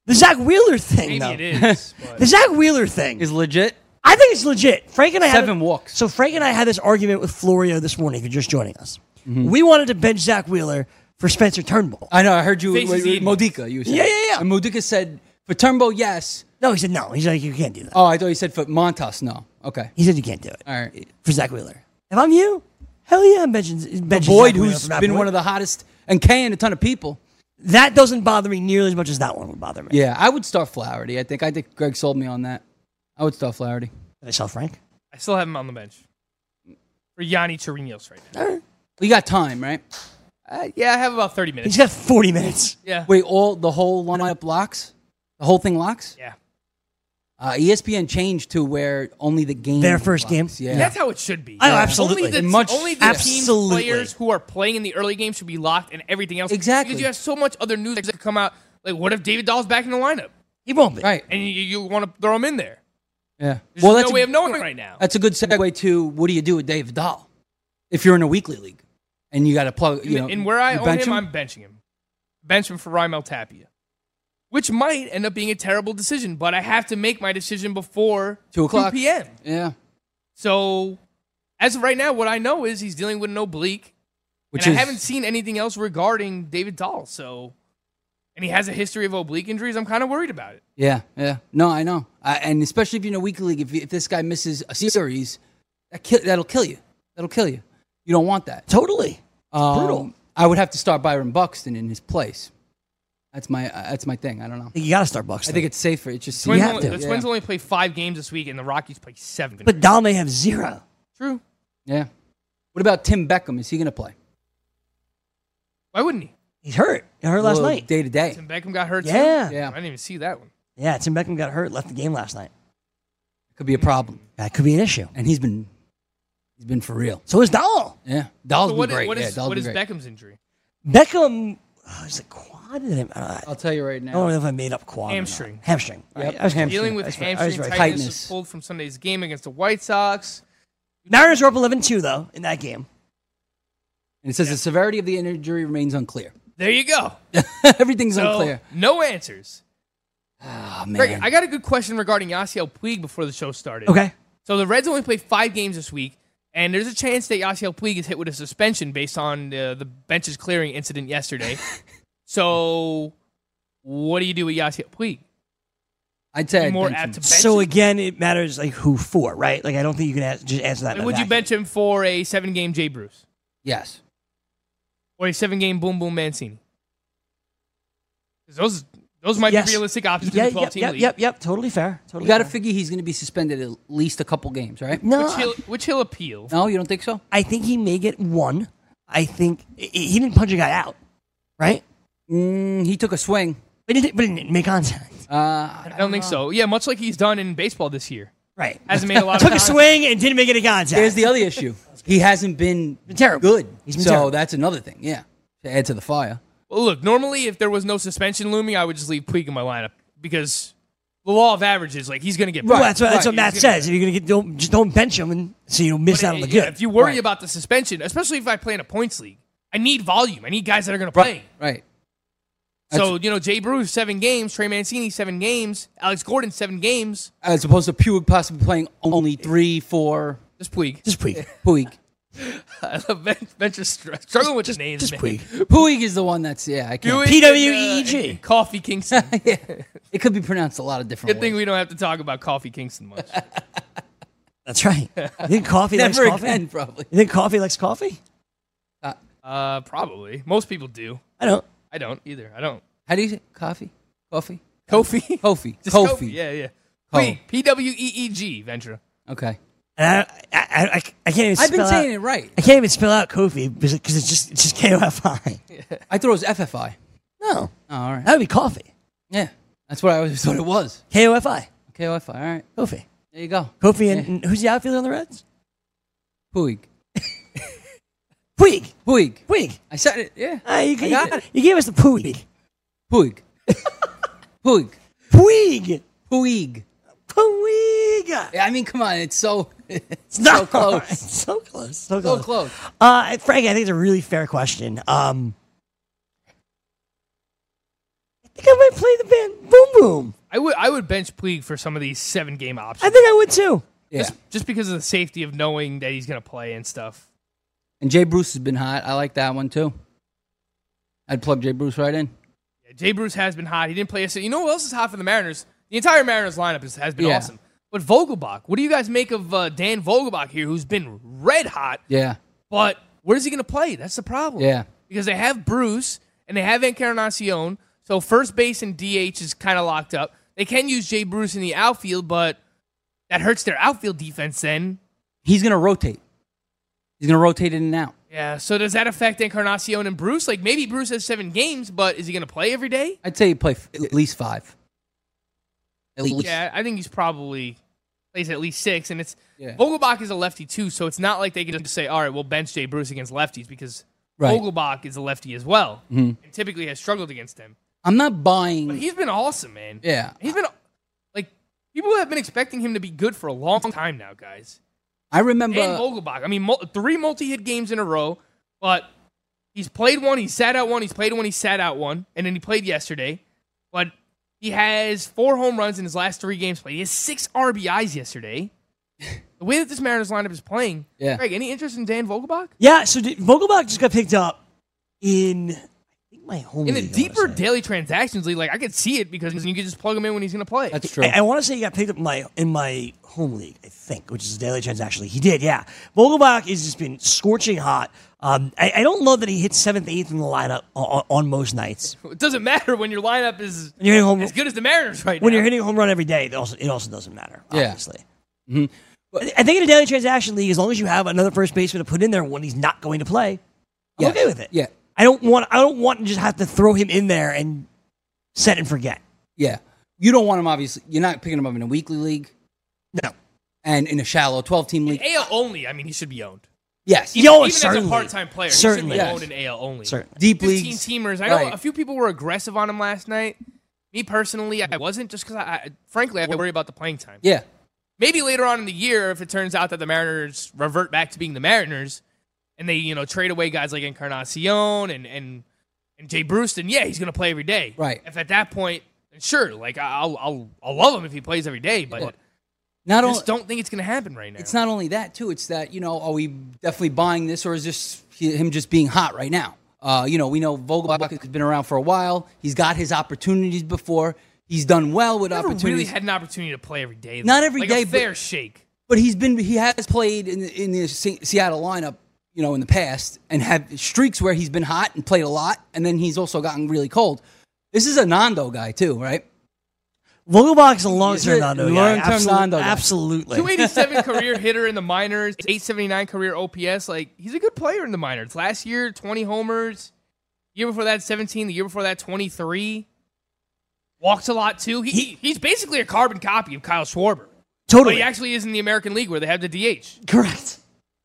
The Zach Wheeler thing, Maybe though. it is. The But Zach Wheeler thing Is legit. I think it's legit. Frank and I had Seven walks. So Frank and I had this argument with Florio this morning. If you're just joining us, Mm-hmm. we wanted to bench Zach Wheeler for Spencer Turnbull. I know. I heard you. Faces wait, wait, the Indians. Modica, you said. Yeah, yeah, yeah. And Modica said, for Turnbow, yes. no, he said no. He's like, you can't do that. Oh, I thought you said for Montas, no. Okay. He said you can't do it All right. for Zach Wheeler. If I'm you, hell yeah, I'm benching, benching Boyd, Zach Wheeler who's for Matt been Boyd. one of the hottest, and Kay and a ton of people. that doesn't bother me nearly as much as that one would bother me. Yeah, I would start Flaherty. I think. I think Greg sold me on that. I would start Flaherty. Did I sell Frank? I still have him on the bench for Yanni Chirinos right now. We got time, right? Uh, yeah, I have about 30 minutes. He's got 40 minutes. Yeah. Wait, all the whole lineup locks. The whole thing locks. Yeah. Uh, ESPN changed to where only the game. Their first locks. game? Yeah. That's how it should be. Oh, absolutely. Only the, And much- only the Absolutely. team players who are playing in the early game should be locked, and everything else Exactly. Because you have so much other news that could come out. Like, what if David Dahl's back in the lineup, He won't be. right. and you, you want to throw him in there? Yeah. There's no way of knowing right now. That's a good segue to what do you do with Dave Dahl if you're in a weekly league and you got to plug. You In- know, in where I you own bench him, I'm benching him. Bench him for Rymel Tapia, which might end up being a terrible decision, but I have to make my decision before 2 o'clock. p.m. yeah, So, as of right now, what I know is he's dealing with an oblique, which and is I haven't seen anything else regarding David Dahl. So, and he has a history of oblique injuries, I'm kind of worried about it. Yeah, yeah. No, I know. I, and especially if you're in a weaker league, if, if this guy misses a series, that kill, that'll kill you. That'll kill you. You don't want that. Totally. Um, brutal. I would have to start Byron Buxton in his place. That's my uh, that's my thing. I don't know. You got to start Buxton. I think it's safer. It's just Twins you only, The Twins only play five games this week, and the Rockies play seven. But Dom may have zero. True. Yeah. What about Tim Beckham? Is he going to play? Why wouldn't he? He's hurt. He hurt last Well, night. Day to day. Tim Beckham got hurt. too? Yeah. Yeah. I didn't even see that one. Yeah, Tim Beckham got hurt, left the game last night. Could be a problem. That could be an issue. And he's been he's been for real. So is Dahl. Yeah. Dahl's So what been is, great. what yeah, is, Dahl's what been is great. Beckham's injury? Beckham oh, is it quad? Did I- I, don't know. I'll tell you I right Oh, don't now. know if I made up quad. or not. Hamstring. Hamstring. Yep. Right, I was confused. Dealing with That's right. I was hamstring right. tightness, Tightness. was pulled from Sunday's game against the White Sox. Mariners were up 11 2, though, in that game. And it says the severity of the injury remains unclear. There you go. Everything's So, unclear. no answers. Oh, man. Greg, I got a good question regarding Yasiel Puig before the show started. Okay. So the Reds only play five games this week, and there's a chance that Yasiel Puig is hit with a suspension based on uh, the benches clearing incident yesterday. so, what do you do with Yasiel Puig? I'd say Be I'd more bench apt to him. bench So him? again, it matters like who for, right? Like I don't think you can ask, just answer that. in Like, a would you vacuum. bench him for a seven-game Jay Bruce Yes. or a seven-game Boom Boom Mancini? 'Cause Those those might Yes. be realistic options Yeah, in the yep, 12-team yep, league, yep, yep. Totally fair. Totally. You got to fair. figure he's going to be suspended at least a couple games, right? No, which he'll which he'll appeal. No, you don't think so? I think he may get one. I think i- he didn't punch a guy out, right? Mm, he took a swing. But he didn't, but he didn't make contact, Uh, I don't think so. Yeah, much like he's done in baseball this year, right? hasn't made a lot. of Took a contact. swing and didn't make any contact. there's the other issue. He hasn't been Been terrible. good. He's been so terrible. that's another thing. Yeah. To add to the fire. Well, look, normally if there was no suspension looming, I would just leave Puig in my lineup because the law of averages, like he's going to get well, benched. that's what, that's what Right, Matt he's gonna- says. If you're gonna get, don't just don't bench him, and so you miss out on the Yeah, good. If you worry Right. about the suspension, especially if I play in a points league, I need volume. I need guys that are going to play. Right. So you know, Jay Bruce seven games, Trey Mancini seven games, Alex Gordon seven games. As opposed to Puig possibly playing only three, four. Just Puig. just Puig. Puig. I love Ben- Bencher's str- struggling with the names. Just man. Puig. E Puig is the one that's, yeah, I can't. Puig and, PWEG. and Coffee Kingston. It could be pronounced a lot of different Good thing ways. we don't have to talk about Coffee Kingston much. That's right. You think coffee likes Never coffee? again, probably. You think coffee likes coffee? Uh, probably most people do. I don't. I don't either. I don't. How do you say Coffee? Coffee? Kofi. Kofi. Just Kofi. Oh. Yeah, yeah. Ko- Wait, P W E E G Ventura. Okay. And I, I, I, I can't even. I've been spell saying out, it right. I can't even spell out Kofi because it- 'cause it's just it's just K O F I. I thought it was FFI. No, Oh, all right. that would be coffee. Yeah. That's what I always thought it was. K O F I. KOFI. All right. Kofi. There you go. Kofi and, and who's the outfielder on the Reds? Puig. Puig. Puig. Puig. I said it. Yeah. Ah, you, I you- got it. you gave us the Puig. Puig. Puig. Puig. Puig. Puig. Yeah, I mean, come on. It's so. It's No. so close. so close. So So close. close. Uh, Frank, I think it's a really fair question. Um, I think I might play the band Boom Boom. I would I would bench Puig for some of these seven game I options think I would too. Yeah. just because of the safety of knowing that he's gonna play and stuff. and Jay Bruce has been hot. I like that one too. I'd plug Jay Bruce right in. Yeah, Jay Bruce has been hot. He didn't play yesterday. You know what else is hot for the Mariners? The entire Mariners lineup is, has been Yeah. awesome. But Vogelbach, what do you guys make of uh, Dan Vogelbach here, who's been red hot? Yeah. But where's he gonna play? That's the problem. Yeah. because they have Bruce and they have Encarnacion. So first base and DH is kind of locked up. They can use Jay Bruce in the outfield, but that hurts their outfield defense then. He's going to rotate. He's going to rotate in and out. Yeah, so does that affect Encarnacion and Bruce? Like maybe Bruce has seven games, but is he going to play every day? I'd say he'd play f- at least five. At least. Yeah, I think he's probably plays at least six. And it's Yeah. Vogelbach is a lefty too, so it's not like they can just say, all right, we'll bench Jay Bruce against lefties because Right. Mm-hmm. Vogelbach is a lefty as well and typically has struggled against them. I'm not buying. But he's been awesome, man. yeah. He's been like people have been expecting him to be good for a long time now, guys. I remember. and Vogelbach. I mean, mul- three multi-hit games in a row, but he's played one, he sat out one, he's played one, he sat out one, and then he played yesterday. But he has four home runs in his last three games played. He has six RBIs yesterday. the way that this Mariners lineup is playing, Yeah. Greg, any interest in Dan Vogelbach? Yeah, so did, Vogelbach just got picked up in I think My homie In the deeper daily transactions league, like I could see it because you could just plug him in when he's going to play. That's I, want to say he got picked up in my in my home league, I think, which is daily transaction league. He did, yeah. Vogelbach has just been scorching hot. Um, I, I don't love that he hits seventh, eighth in the lineup on, on most nights. It doesn't matter when your lineup is When you're hitting home- as good as the Mariners right When now. you're hitting a home run every day, it also, it also doesn't matter. Yeah. Obviously, Mm-hmm. I- I think in a daily transaction league, as long as you have another first baseman to put in there when he's not going to play, I'm Yeah. okay with it. Yeah. I don't want I don't want to just have to throw him in there and set and forget. Yeah. You don't want him, obviously. You're not picking him up in a weekly league No, and in a shallow 12 team league. AL only, I mean, he should be owned. Yes. You know, Even as certainly. a part-time player, certainly, he should be Oh, Yes. owned in AL only. certainly. Deep 15 leagues. teamers. I know Right. a few people were aggressive on him last night. Me personally, I wasn't just because I, I, frankly, I worry about the playing time. Yeah. Maybe later on in the year, if it turns out that the Mariners revert back to being the Mariners, and they you know trade away guys like Encarnacion and and and Jay Brewston, yeah, he's gonna play every day. Right. If at that point, then sure, like I- I'll I'll I'll love him if he plays every day, but Not I only, just don't think it's gonna happen right now. it's not only that, too. It's that, you know, are we definitely buying this or is this he- him just being hot right now? Uh, you know, we know Vogelbach has been around for a while. He's got his opportunities before. He's done well with Never really opportunities. had an opportunity to play every day. Not though. every like day, A but- fair shake. but he's been he has played in the, in the Se- Seattle lineup, you know, in the past, and had streaks where he's been hot and played a lot, and then he's also gotten really cold. This is a Nando guy too, right? Vogelbach's a long term He's a Nando. long-term guy. Absolute- Nando guy. Absolutely. 287 career hitter in the minors, 879 career OPS. Like he's a good player in the minors. Last year, 20 homers. Year before that, 17. The year before that, 23. Walks a lot too. He, He- he's basically a carbon copy of Kyle Schwarber, but Totally. he actually is in the American League where they have the DH. Correct.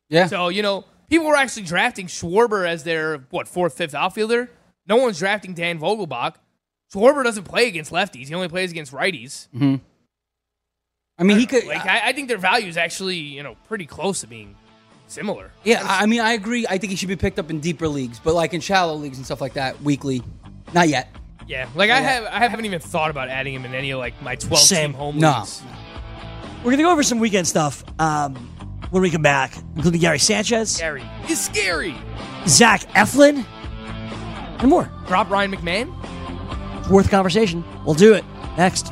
Yeah, So you know, people were actually drafting Schwarber as their what fourth, fifth outfielder. No one's drafting Dan Vogelbach. Schwarber doesn't play against lefties. He only plays against righties. I mean, he could. Like I, I think their value is actually you know pretty close to being similar. yeah, I I mean, I agree. I think he should be picked up in deeper leagues, but like in shallow leagues and stuff like that, weekly, not yet. Yeah, like I have, I haven't even thought about adding him in any of like my twelve Same. team home No. leagues. We're going to go over some weekend stuff um, when we come back, including Gary Sanchez, Scary is scary. Zach Eflin, and more. Drop Ryan McMahon. It's worth the conversation. We'll do it next.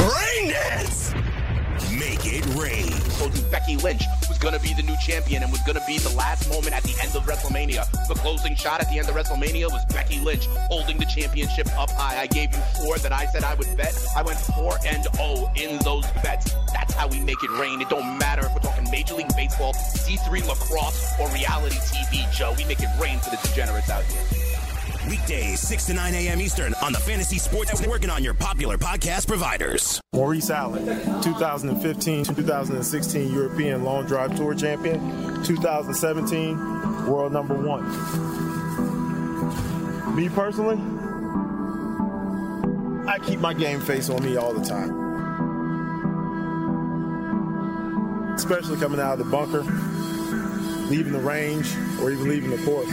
Brain dance! Make it rain. told you Becky Lynch was going to be the new champion and was going to be the last moment at the end of WrestleMania. The closing shot at the end of WrestleMania was Becky Lynch holding the championship up high. I gave you four that I said I would bet. I went four and oh in those bets. That's how we make it rain. It don't matter if we're talking Major League Baseball, D3 lacrosse, or reality TV, Joe. We make it rain for the degenerates out here. Weekdays, 6 to 9 a.m. Eastern on the Fantasy Sports Network and on your popular podcast providers. Maurice Allen, 2015 2016 European Long Drive Tour Champion, 2017 World Number One. Me personally, I keep my game face on me all the time. Especially coming out of the bunker, leaving the range, or even leaving the course.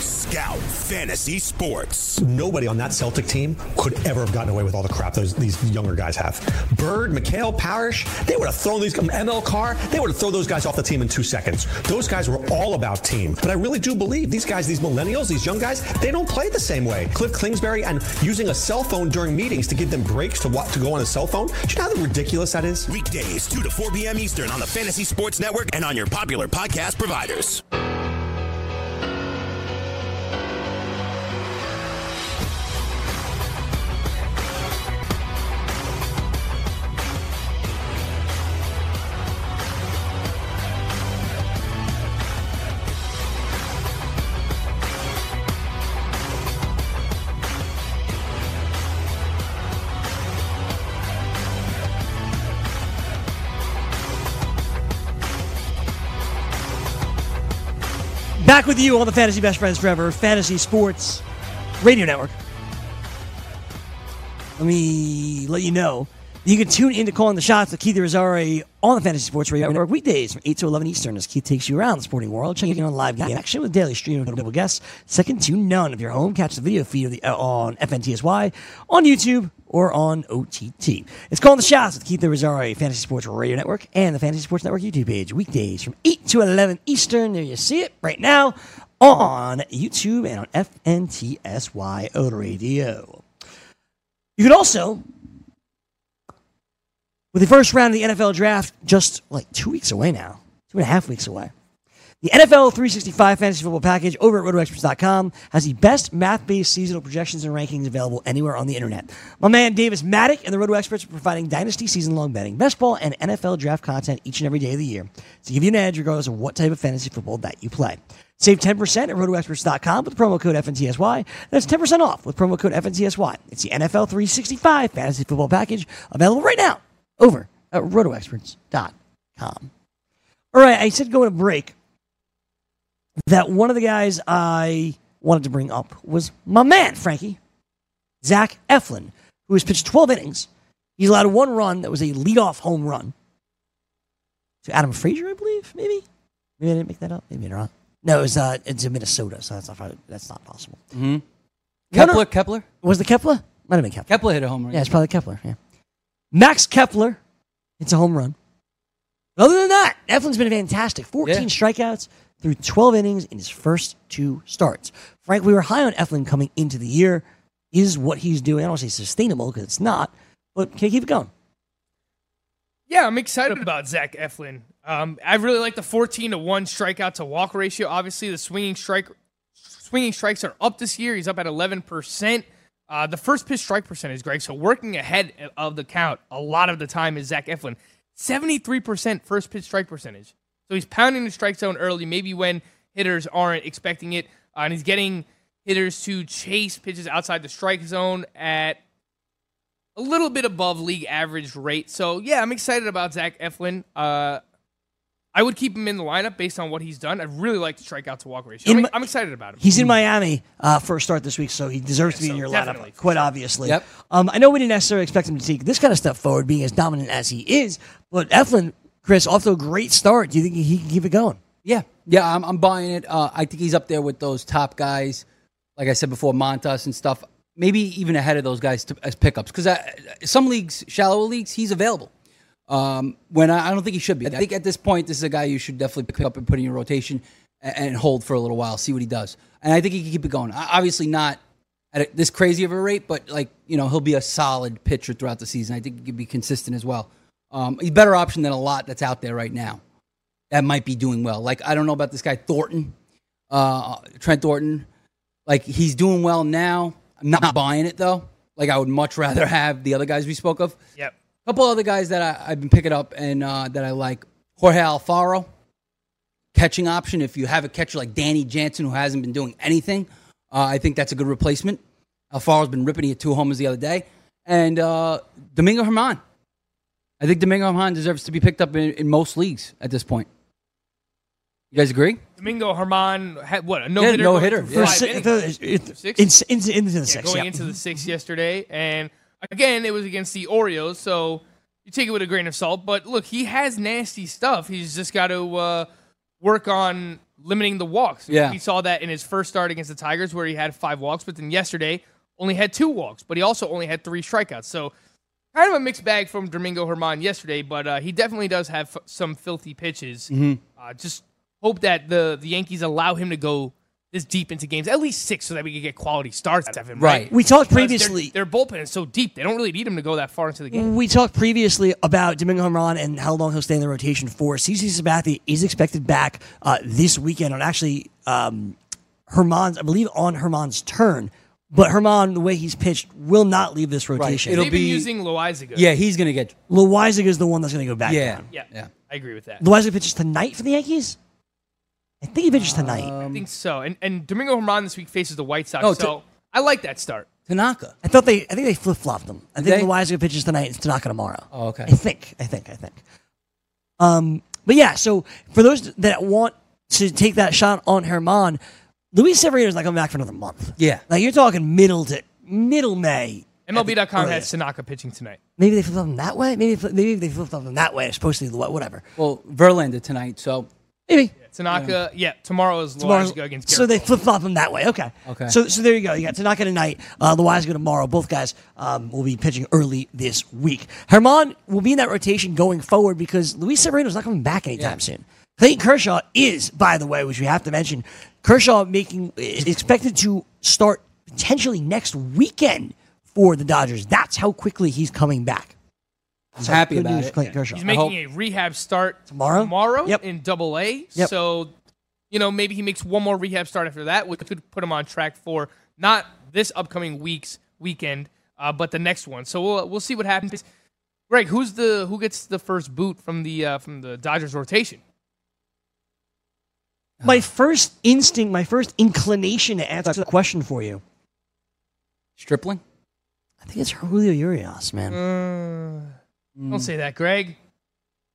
Scout Fantasy Sports. Nobody on that Celtic team could ever have gotten away with all the crap those these younger guys have. Bird, McHale, Parrish, they would have thrown these ML Carr, they would have thrown those guys off the team in two seconds. Those guys were all about team. But I really do believe these guys, these millennials, these young guys, they don't play the same way. Cliff Kingsbury and using a cell phone during meetings to give them breaks to what to go on a cell phone. Do you know how ridiculous that is? Weekdays, 2 to 4 p.m. Eastern on the Fantasy Sports Network and on your popular podcast providers. back with you on the Fantasy Best Friends Forever Fantasy Sports Radio Network. Let me let you know that you can tune in to Calling the Shots with Keith Rosari on the Fantasy Sports Radio Network weekdays from 8 to 11 Eastern as Keith takes you around the sporting world, checking in on live game action with daily stream of notable guests. Second to none. If you're home, catch the video feed of the, uh, on FNTSY, on YouTube, or on OTT. It's Calling the Shots with Keith Rosari, Fantasy Sports Radio Network, and the Fantasy Sports Network YouTube page weekdays from 8 to 11 Eastern. There you see it right now on YouTube and on FNTSY Radio. You can also, with the first round of the NFL draft just like two weeks away now, two and a half weeks away, the NFL 365 Fantasy Football Package over at RotoExperts.com has the best math based seasonal projections and rankings available anywhere on the internet. My man Davis Maddock and the Roto Experts are providing dynasty season long betting, best ball, and NFL draft content each and every day of the year to give you an edge regardless of what type of fantasy football that you play. Save 10% at rotoexperts.com with promo code FNTSY. That's 10% off with promo code FNTSY. It's the NFL 365 Fantasy Football Package available right now over at rotoexperts.com. All right, I said going to break that one of the guys I wanted to bring up was my man, Frankie, Zach Eflin, who has pitched 12 innings. He's allowed one run that was a leadoff home run to Adam Frazier, I believe, maybe? Maybe I didn't make that up. Maybe I'm wrong. No, it was, uh, it's in Minnesota, so that's not, probably- that's not possible. Mm-hmm. One or- Kepler, Kepler, Was the Kepler? Might have been Kepler. Kepler hit a home run. Yeah, it's probably Kepler. Yeah. Max Kepler. It's a home run. But other than that, Eflin's been fantastic. 14 strikeouts through 12 innings in his first two starts. Frank, we were high on Eflin coming into the year. Is what he's doing, I don't want to say sustainable because it's not, but can he keep it going? Yeah, I'm excited about Zach Eflin. Um, I really like the 14 to one strikeout to walk ratio. Obviously, the swinging strike, swinging strikes are up this year. He's up at 11 percent. Uh, the first pitch strike percentage, Greg. So working ahead of the count a lot of the time is Zach Eflin. 73 percent first pitch strike percentage. So he's pounding the strike zone early, maybe when hitters aren't expecting it, uh, and he's getting hitters to chase pitches outside the strike zone at a little bit above league average rate. So yeah, I'm excited about Zach Eflin. Uh, I would keep him in the lineup based on what he's done. I really like the strikeout to walk ratio. In I'm, my- I'm excited about him. He's in Miami uh, for a start this week, so he deserves to be in your definitely, lineup, quite obviously. Um, I know we didn't necessarily expect him to take this kind of step forward, being as dominant as he is, but Eflin, Chris, off to a great start. Do you think he can keep it going? Yeah, yeah, I'm, I'm buying it. Uh, I think he's up there with those top guys, like I said before, Montas and stuff. Maybe even ahead of those guys to, as pickups because some leagues, shallower leagues, he's available. Um, when I, I don't think he should be. I think at this point, this is a guy you should definitely pick up and put in your rotation and, and hold for a little while, see what he does. And I think he can keep it going. O- Obviously, not at a, this crazy of a rate, but like you know, he'll be a solid pitcher throughout the season. I think he could be consistent as well. Um, he's a better option than a lot that's out there right now that might be doing well. Like I don't know about this guy Thornton, uh, Trent Thornton. Like he's doing well now. I'm not buying it though. Like I would much rather have the other guys we spoke of. Yep. A couple other guys that I, I've been picking up and uh, that I like. Jorge Alfaro, catching option. If you have a catcher like Danny Jansen who hasn't been doing anything, uh, I think that's a good replacement. Alfaro's been ripping. He had two homers the other day. And uh, Domingo Herman. I think Domingo Herman deserves to be picked up in, in most leagues at this point. You guys agree? Domingo Herman had what a no Yeah, hitter. no-hitter, yeah. Si- innings. the- it- Six? it's- it's into the Yeah, six, going yeah. into the six yesterday, and again it was against the Orioles, so you take it with a grain of salt. But look, he has nasty stuff. He's just got to uh, work on limiting the walks. Yeah. we saw that in his first start against the Tigers, where he had five walks, but then yesterday only had two walks, but he also only had three strikeouts. So kind of a mixed bag from Domingo Herman yesterday, but uh, he definitely does have f- some filthy pitches. Mhm. Uh, just hope that the, the Yankees allow him to go this deep into games, at least six, so that we can get quality starts out of him. Right. We talked Because previously- Mm-hmm. Their, their bullpen is so deep, they don't really need him to go that far into the game. We talked previously about Domingo Herman and how long he'll stay in the rotation for. CC Sabathia is expected back uh, this weekend on actually um, Herman's, I believe, on Herman's turn. But Herman, the way he's pitched, will not leave this rotation. They've been using Loizaga. Yeah, he's gonna get. Loizaga is the one that's going to go back. Yeah. down. yeah, yeah. I agree with that. Loizaga pitches tonight for the Yankees. I think he pitches tonight. I think so. And and Domingo Herman this week faces the White Sox, No, t- so I like that start. Tanaka. I thought they. I think they flip flopped them. I Did think they? Loizaga pitches tonight. It's Tanaka tomorrow. Oh, okay. I think. I think. I think. Um, but yeah. So for those that want to take that shot on Herman, Luis Severino's not coming back for another month. Yeah. Like you're talking middle to middle May. Oh, MLB.com has Tanaka pitching tonight. Maybe they flipped them that way. Maybe fl- maybe they flipped them that way. It's supposed to be whatever. Well, Verlander tonight, so maybe Tanaka, yeah, tomorrow is Tomorrow- Lawrence against so they flip flop them that way. Okay. Okay. So so there you go. You got Tanaka tonight, uh, Loizaga tomorrow. Both guys um, will be pitching early this week. Herman will be in that rotation going forward because Luis Severino's not coming back anytime soon. Clayton Kershaw is, by the way, which we have to mention. Kershaw making is expected to start potentially next weekend for the Dodgers. That's how quickly he's coming back. I'm happy good about news it. for Clayton Kershaw. He's I making hope- a rehab start Tomorrow? Tomorrow Yep. in Double A. Yep. So, you know, maybe he makes one more rehab start after that, which could put him on track for not this upcoming week's weekend, uh, but the next one. So we'll we'll see what happens. Greg, who's the who gets the first boot from the uh, from the Dodgers rotation? my first instinct, my first inclination to answer the question for you. Stripling. I think it's Julio Urias, man. hmm. Uh, Don't say that, Greg.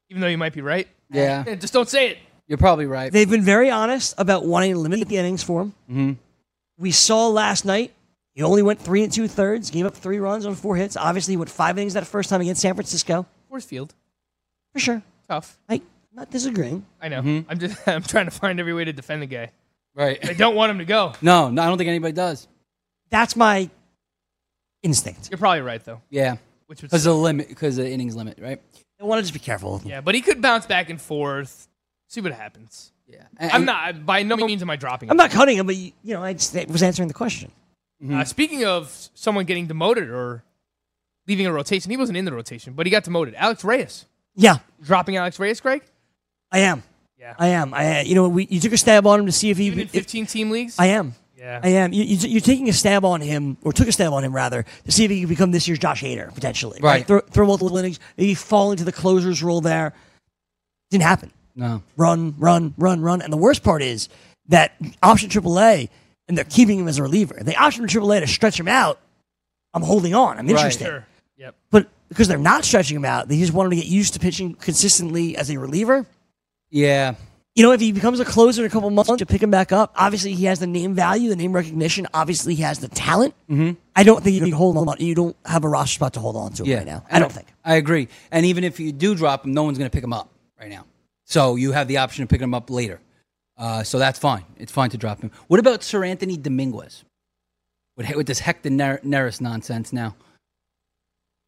Even though you might be right. Yeah. Just don't say it. You're probably right. They've been very honest about wanting to limit the innings for him. Mm-hmm. We saw last night he only went three and two thirds, gave up three runs on four hits. Obviously, he went five innings that first time against San Francisco. Coors Field. For sure. Tough. Like, not disagreeing. I know. Mm-hmm. I'm just I'm trying to find every way to defend the guy. Right. I don't want him to go. No, no, I don't think anybody does. That's my instinct. You're probably right though. Yeah, Which would because the limit, because the innings limit, right? I want to just be careful. Yeah, but he could bounce back and forth. See what happens. Yeah, I'm not. By no means am I dropping. I'm him. not cutting him, but you you know, I just was answering the question. Uh, speaking of someone getting demoted or leaving a rotation, he wasn't in the rotation, but he got demoted. Alex Reyes Yeah, dropping Alex Reyes, Greg. I am. Yeah, I am. I you know, we you took a stab on him to see if he Even in if- 15 team leagues. I am. Yeah. I am. You, you, you're taking a stab on him, or took a stab on him rather, to see if he could become this year's Josh Hader potentially. Right. Throw, throw multiple innings, maybe fall into the closer's role there. Didn't happen. No. Run, run, run, run. And the worst part is that option AAA, and they're keeping him as a reliever. They option AAA to stretch him out. I'm holding on. I'm Right. interested. Sure. Yep. But because they're not stretching him out, they just want him to get used to pitching consistently as a reliever. Yeah, You know, if he becomes a closer in a couple months, to pick him back up. Obviously, he has the name value, the name recognition. Obviously, he has the talent. Mm-hmm. I don't think you can hold on. You don't have a roster spot to hold on to him yeah. right now. I don't think. I agree. And even if you do drop him, no one's going to pick him up right now. So you have the option of picking him up later. Uh, so that's fine. It's fine to drop him. What about Sir Anthony Dominguez? With, with this Hector Ner- Neris nonsense now,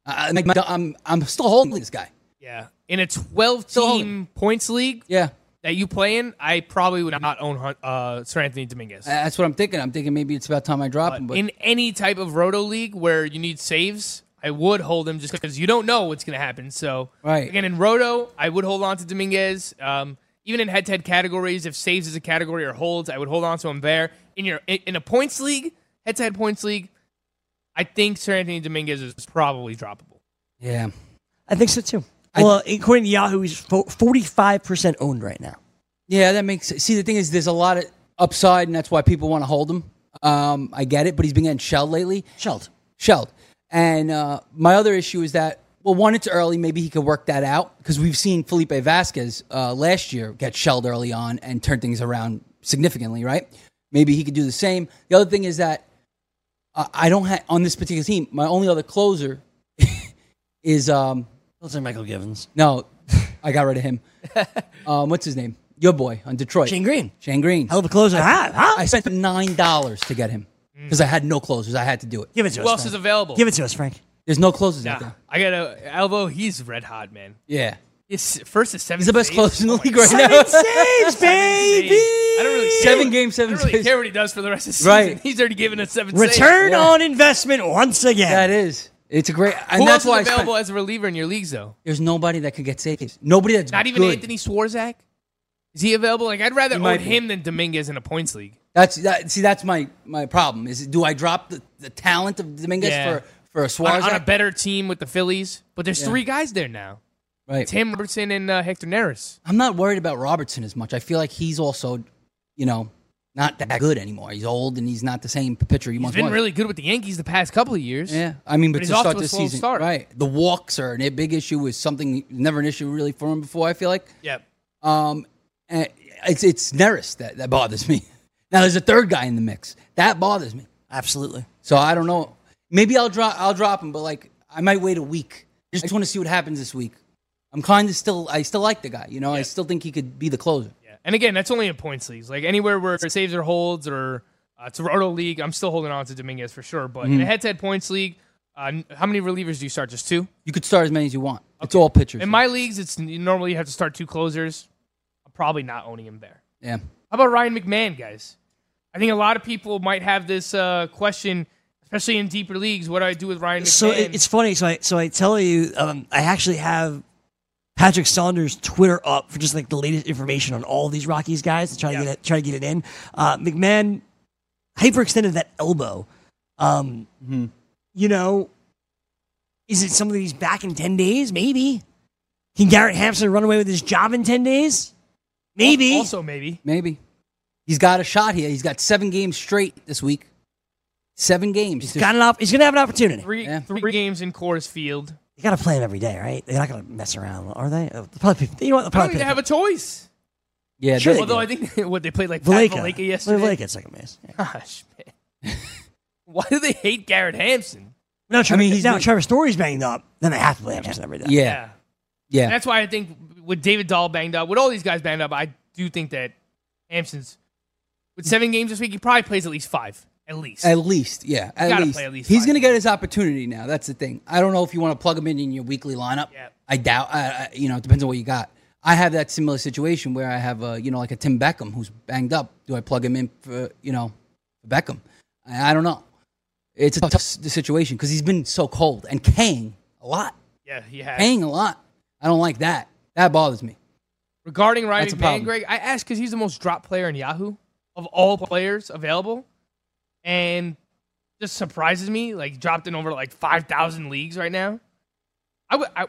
I, I- I'm I'm still holding this guy. Yeah. In a 12 team points league. Yeah. That you play in, I probably would not own Hun- uh, Sir Anthony Dominguez. Uh, That's what I'm thinking. I'm thinking maybe it's about time I drop him. But in any type of roto league where you need saves, I would hold him just because you don't know what's going to happen. So, Right. again, in roto, I would hold on to Dominguez. Um, even in head-to-head categories, if saves is a category or holds, I would hold on to him there. In your in, in a points league, head-to-head points league, I think Sir Anthony Dominguez is probably droppable. yeah, I think so too. well, uh, according to Yahoo, he's forty-five percent owned right now. yeah, that makes. See, the thing is, there's a lot of upside, and that's why people want to hold him. Um, I get it, but he's been getting shelled lately. Shelled. Shelled. And uh, my other issue is that, well, one, it's early. Maybe he could work that out because we've seen Felipe Vasquez uh, last year get shelled early on and turn things around significantly, right? Maybe he could do the same. The other thing is that uh, I don't have on this particular team. My only other closer is um, Those are Michael Givens. No, I got rid of him. um, what's his name? Your boy on Detroit. Shane Green. Shane Green. Hell of a closer. Ah, I, I spent nine dollars to get him Mm. because I had no closers. I had to do it. Give it to Who us. else Frank. is available? Give it to us, Frank. There's no closers out Nah, there. I got to Alvo. He's red hot, man. Yeah, His first is seven. he's the best saves. closer in the Oh my league right Seven now. saves, Saves. baby. I don't really care Seven what- games, seven I don't really saves. care what he does for the rest of the season. Right. He's already given us seven. saves. Return Yeah. on investment once again. That is. It's a great. And Who else that's is why I spent- available as a reliever in your leagues, though? there's nobody that could get saves. Nobody that's Not even good. Anthony Swarzak. Is he available? Like I'd rather He own might be. him than Dominguez in a points league. That's that. See, that's my my problem. Is do I drop the, the talent of Dominguez Yeah. for for a On, Suarez? on a better team with the Phillies, but there's three guys there now: right. Tim Robertson and uh, Hector Neris. I'm not worried about Robertson as much. I feel like he's also, you know, not that good anymore. He's old and he's not the same pitcher he He's once been was. really good with the Yankees the past couple of years. yeah, I mean, but, But he's to off start to a this slow season, start. right? The walks are a big issue. Is something never an issue really for him before. I feel like, Yep. um, and, it's it's Neris that, that bothers me. Now there's a third guy in the mix that bothers me. Absolutely. So I don't know. Maybe I'll drop I'll drop him, but like I might wait a week. I just want to see what happens this week. I'm kind of still I still like the guy. You know, I still think he could be the closer. And again, that's only in points leagues. Like anywhere where it saves or holds or uh, Toronto League, I'm still holding on to Dominguez for sure. But in Mm-hmm. Mhm. a head to head points league, uh, n- how many relievers do you start? Just two? You could start as many as you want. It's all pitchers. In my leagues, it's normally you have to start two closers. I'm probably not owning him there. yeah. How about Ryan McMahon, guys? I think a lot of people might have this uh, question, especially in deeper leagues. What do I do with Ryan McMahon? So it, it's funny. So I so I tell you, um, I actually have Patrick Saunders' Twitter up for just like the latest information on all these Rockies guys to try to get it, try to get it in. Uh, McMahon hyperextended that elbow. Um, Mm-hmm. You know, is it something he's back in ten days? Maybe. Can Garrett Hampson run away with his job in ten days? Maybe. Also, maybe. Maybe. He's got a shot here. He's got seven games straight this week. Seven games. He's got an op- he's gonna have an opportunity. Three, three games in Coors Field. You got to play him every day, right? They're not going to mess around, are they? Oh, they'll probably pick- you know what? They'll I don't probably think pick they have a choice. Yeah, Sure they although do. I think what they played like Valleca. Valleca, Pat Valleca Play yesterday. Valleca at second base. Gosh, man. why do they hate Garrett Hampson? No, Trevor, I mean, he's now been- Trevor Story's banged up. Then they have to play Hampson every day. Yeah. That's why I think with David Dahl banged up, with all these guys banged up, I do think that Hampson's with seven games this week, he probably plays at least five, at least. At least, yeah. At gotta least. play at least He's five going to get his opportunity now. That's the thing. I don't know if you want to plug him in in your weekly lineup. I doubt. I, I, you know, it depends on what you got. I have that similar situation where I have a, you know, like a Tim Beckham who's banged up. Do I plug him in for, you know, Beckham? I, I don't know. It's a tough s- situation because he's been so cold and Kang a lot, yeah, he has. Kang a lot. I don't like that. That bothers me. Regarding Ryan That's a McMahon, problem. Greg, I asked because he's the most dropped player in Yahoo of all players available, and just surprises me. Like dropped in over like five thousand leagues right now. I would, I,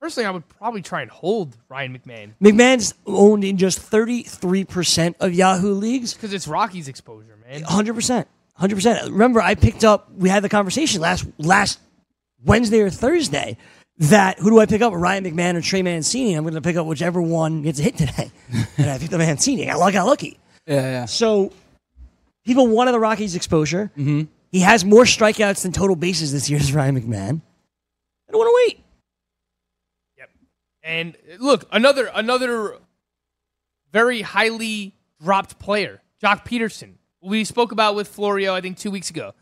personally, I would probably try and hold Ryan McMahon McMahon's owned in just 33% of Yahoo leagues. because it's Rocky's exposure, man. 100%. 100%. Remember, I picked up, we had the conversation last last Wednesday or Thursday that who do I pick up? Ryan McMahon or Trey Mancini? I'm going to pick up whichever one gets a hit today. and I picked up Mancini. I got- got lucky. Yeah, yeah. So people wanted the Rockies exposure. He has more strikeouts than total bases this year as Ryan McMahon. I don't want to wait. And uh, look, another another very highly dropped player, Jock Peterson. We spoke about with Florio, I think, two weeks ago.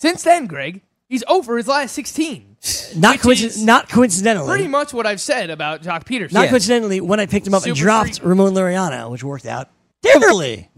Since then, Greg, he's over his last sixteen. Not, Which coinci- is not coincidentally. Pretty much what I've said about Jock Peterson. Not coincidentally, when I picked him up, I Super dropped Ramon Laureano, which worked out terribly.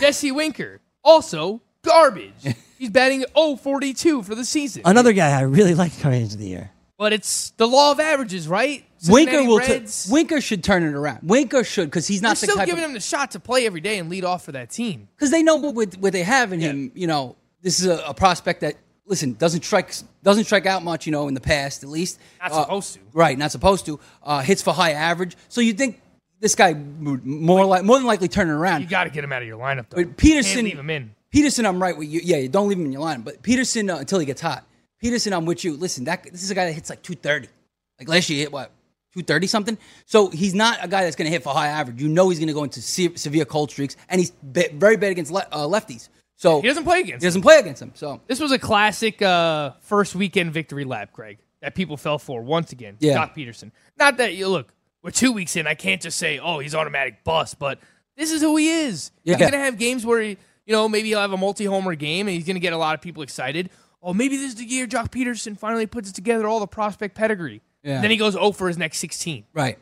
Jesse Winker, also garbage. he's batting 042 for the season. Another guy I really liked coming into the year. But it's the law of averages, right? Winker Cincinnati will. t- Reds, Winker should turn it around. Winker should because he's They're not the still type giving of, him the shot to play every day and lead off for that team. because they know what, with- what they have in him. You know, this is a, a prospect that listen doesn't strike doesn't strike out much. You know, in the past at least, Not Uh, supposed to. right? Not supposed to. Uh, hits for high average. So you think this guy would more like more than likely turn it around? You got to get him out of your lineup, though. But Peterson, Can't leave him in. Peterson, I'm right with you. Yeah, you don't leave him in your line. But Peterson uh, until he gets hot. Peterson, I'm with you. Listen, that this is a guy that hits like 230. Like last year, he hit what 230 something. So he's not a guy that's going to hit for high average. You know, he's going to go into se- severe cold streaks, and he's be- very bad against le- uh, lefties. So He doesn't play against. He doesn't play against him. So This was a classic uh, first weekend victory lap, Greg, that people fell for once again. Yeah. Doc Peterson. Not that you look, we're two weeks in. I can't just say, oh, he's automatic bust, but this is who he is. Yeah. He's gonna have games where he, you know, maybe he'll have a multi-homer game and he's gonna get a lot of people excited. Oh, maybe this is the year Jock Peterson finally puts together all the prospect pedigree. Yeah. Then he goes 0 for his next 16. right,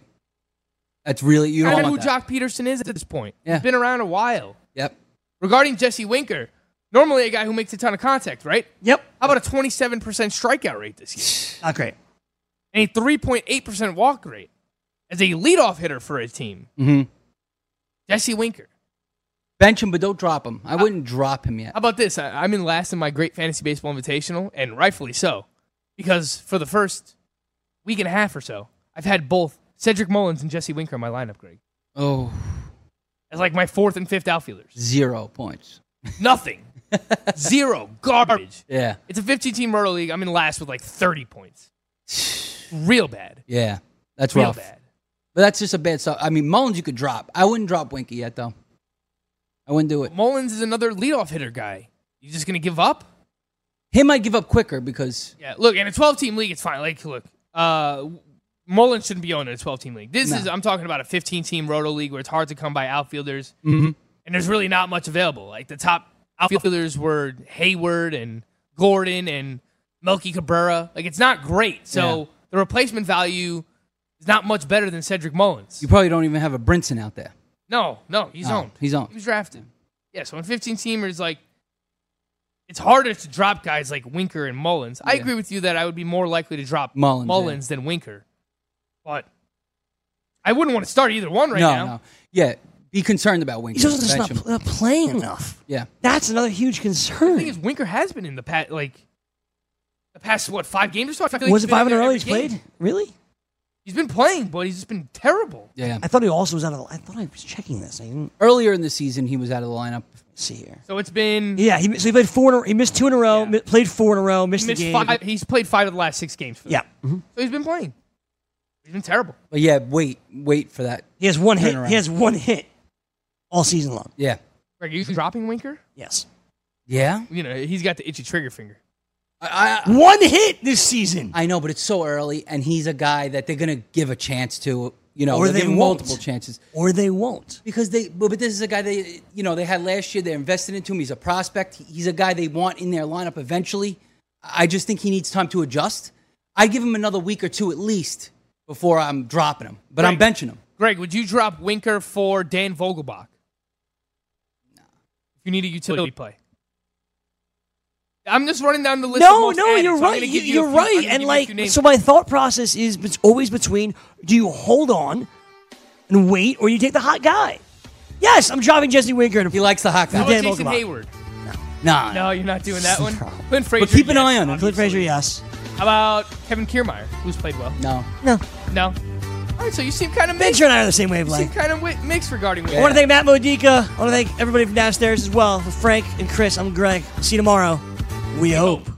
that's really you don't Kind of want who that. Jock Peterson is at this point. Yeah. He's been around a while. Yep. Regarding Jesse Winker, normally a guy who makes a ton of contact, right? Yep. How about a 27% strikeout rate this year? Not great. And a 3.8% walk rate as a leadoff hitter for a team. Mm. Mm-hmm. Jesse Winker. Bench him, but don't drop him. I wouldn't drop him yet. How about this? I, I'm in last in my great fantasy baseball invitational, and rightfully so, because for the first week and a half or so, I've had both Cedric Mullins and Jesse Winker in my lineup, Greg, Oh, as like my fourth and fifth outfielders. zero points. Nothing. Zero. Garbage. Yeah, It's a 15 team Myrtle League. I'm in last with like 30 points. Real bad. yeah, that's Real rough. bad. But that's just a bad start. I mean, Mullins you could drop. I wouldn't drop Winky yet though. I wouldn't do it. Mullins is another leadoff hitter guy. You just gonna give up? Him I'd give up quicker because Yeah, look, in a 12 team league, it's fine. Like, look, uh, Mullins shouldn't be owned in a 12 team league. This No. is, I'm talking about a 15 team roto league where it's hard to come by outfielders, Mhm. and there's really not much available. Like, the top outfielders were Hayward and Gordon and Melky Cabrera. Like, it's not great. So Yeah. the replacement value is not much better than Cedric Mullins. you probably don't even have a Brinson out there. No, no, he's No, owned. he's owned. He was drafted. Yeah, so in 15 teamers, like, it's harder to drop guys like Winker and Mullins. I agree with you that I would be more likely to drop Mullins, yeah. than Winker. But I wouldn't want to start either one right no, now. no. Yeah. Be concerned about Winky. He's also just not Bench him. Pl- uh, playing enough. Yeah. That's another huge The concern. thing is, Winker has been in the past, like, the past, what, five games or so? I feel like was he's it been five in a there row every he's game. played? Really? He's been playing, but he's just been terrible. Yeah. I thought he also was out of. the- I thought I was checking this. I didn't Earlier in the season he was out of the lineup. see here. So it's been. Yeah, he, so he played four. In a, he missed two in a row. mi- played four in a row. Missed, He missed the game. five, he's played five of the last six games for them. Yeah, So he's been playing. He's been terrible. But yeah, wait, wait for that. he has one hit. turnaround. He has one hit all season long. Yeah. Greg, are you dropping Winker? Yes, Yeah. You know, he's got the itchy trigger finger. I, Uh, I, one hit this season. I know, but it's so early, and he's a guy that they're gonna give a chance to. You know, Or they'll they give him won't. multiple chances Or they won't. because they. But, but this is a guy they, you know, they had last year. They invested into him. He's a prospect. He's a guy they want in their lineup eventually. I just think he needs time to adjust. I give him another week or two at least before I'm dropping him, but I'm Right. benching him. Greg, would you drop Winker for Dan Vogelbach? No. If you need a utility play. I'm just running down the list. of No, most no, added, you're so I'm right. gonna You, give you you're a few- I'm right. gonna give And you a few like, names. so my thought process is it's always between: do you hold on and wait, or you take the hot guy? Yes, I'm driving Jesse Winker. And He likes the hot How guy. about Dan Jason Vogelbach. Hayward? Nah, No, you're not doing that one. No. Clint Frazier. but keep an yes, eye on him. Clint Frazier, obviously. yes. How about Kevin Kiermeyer, who's played well? No, No, No. All right, so you seem kind of mixed. Venture and I are the same You seem wavelength. kind of wi- mixed regarding I Winker. want to thank Matt Modica. I want to thank everybody from downstairs as well. For Frank and Chris, I'm Greg. See you tomorrow. We hope.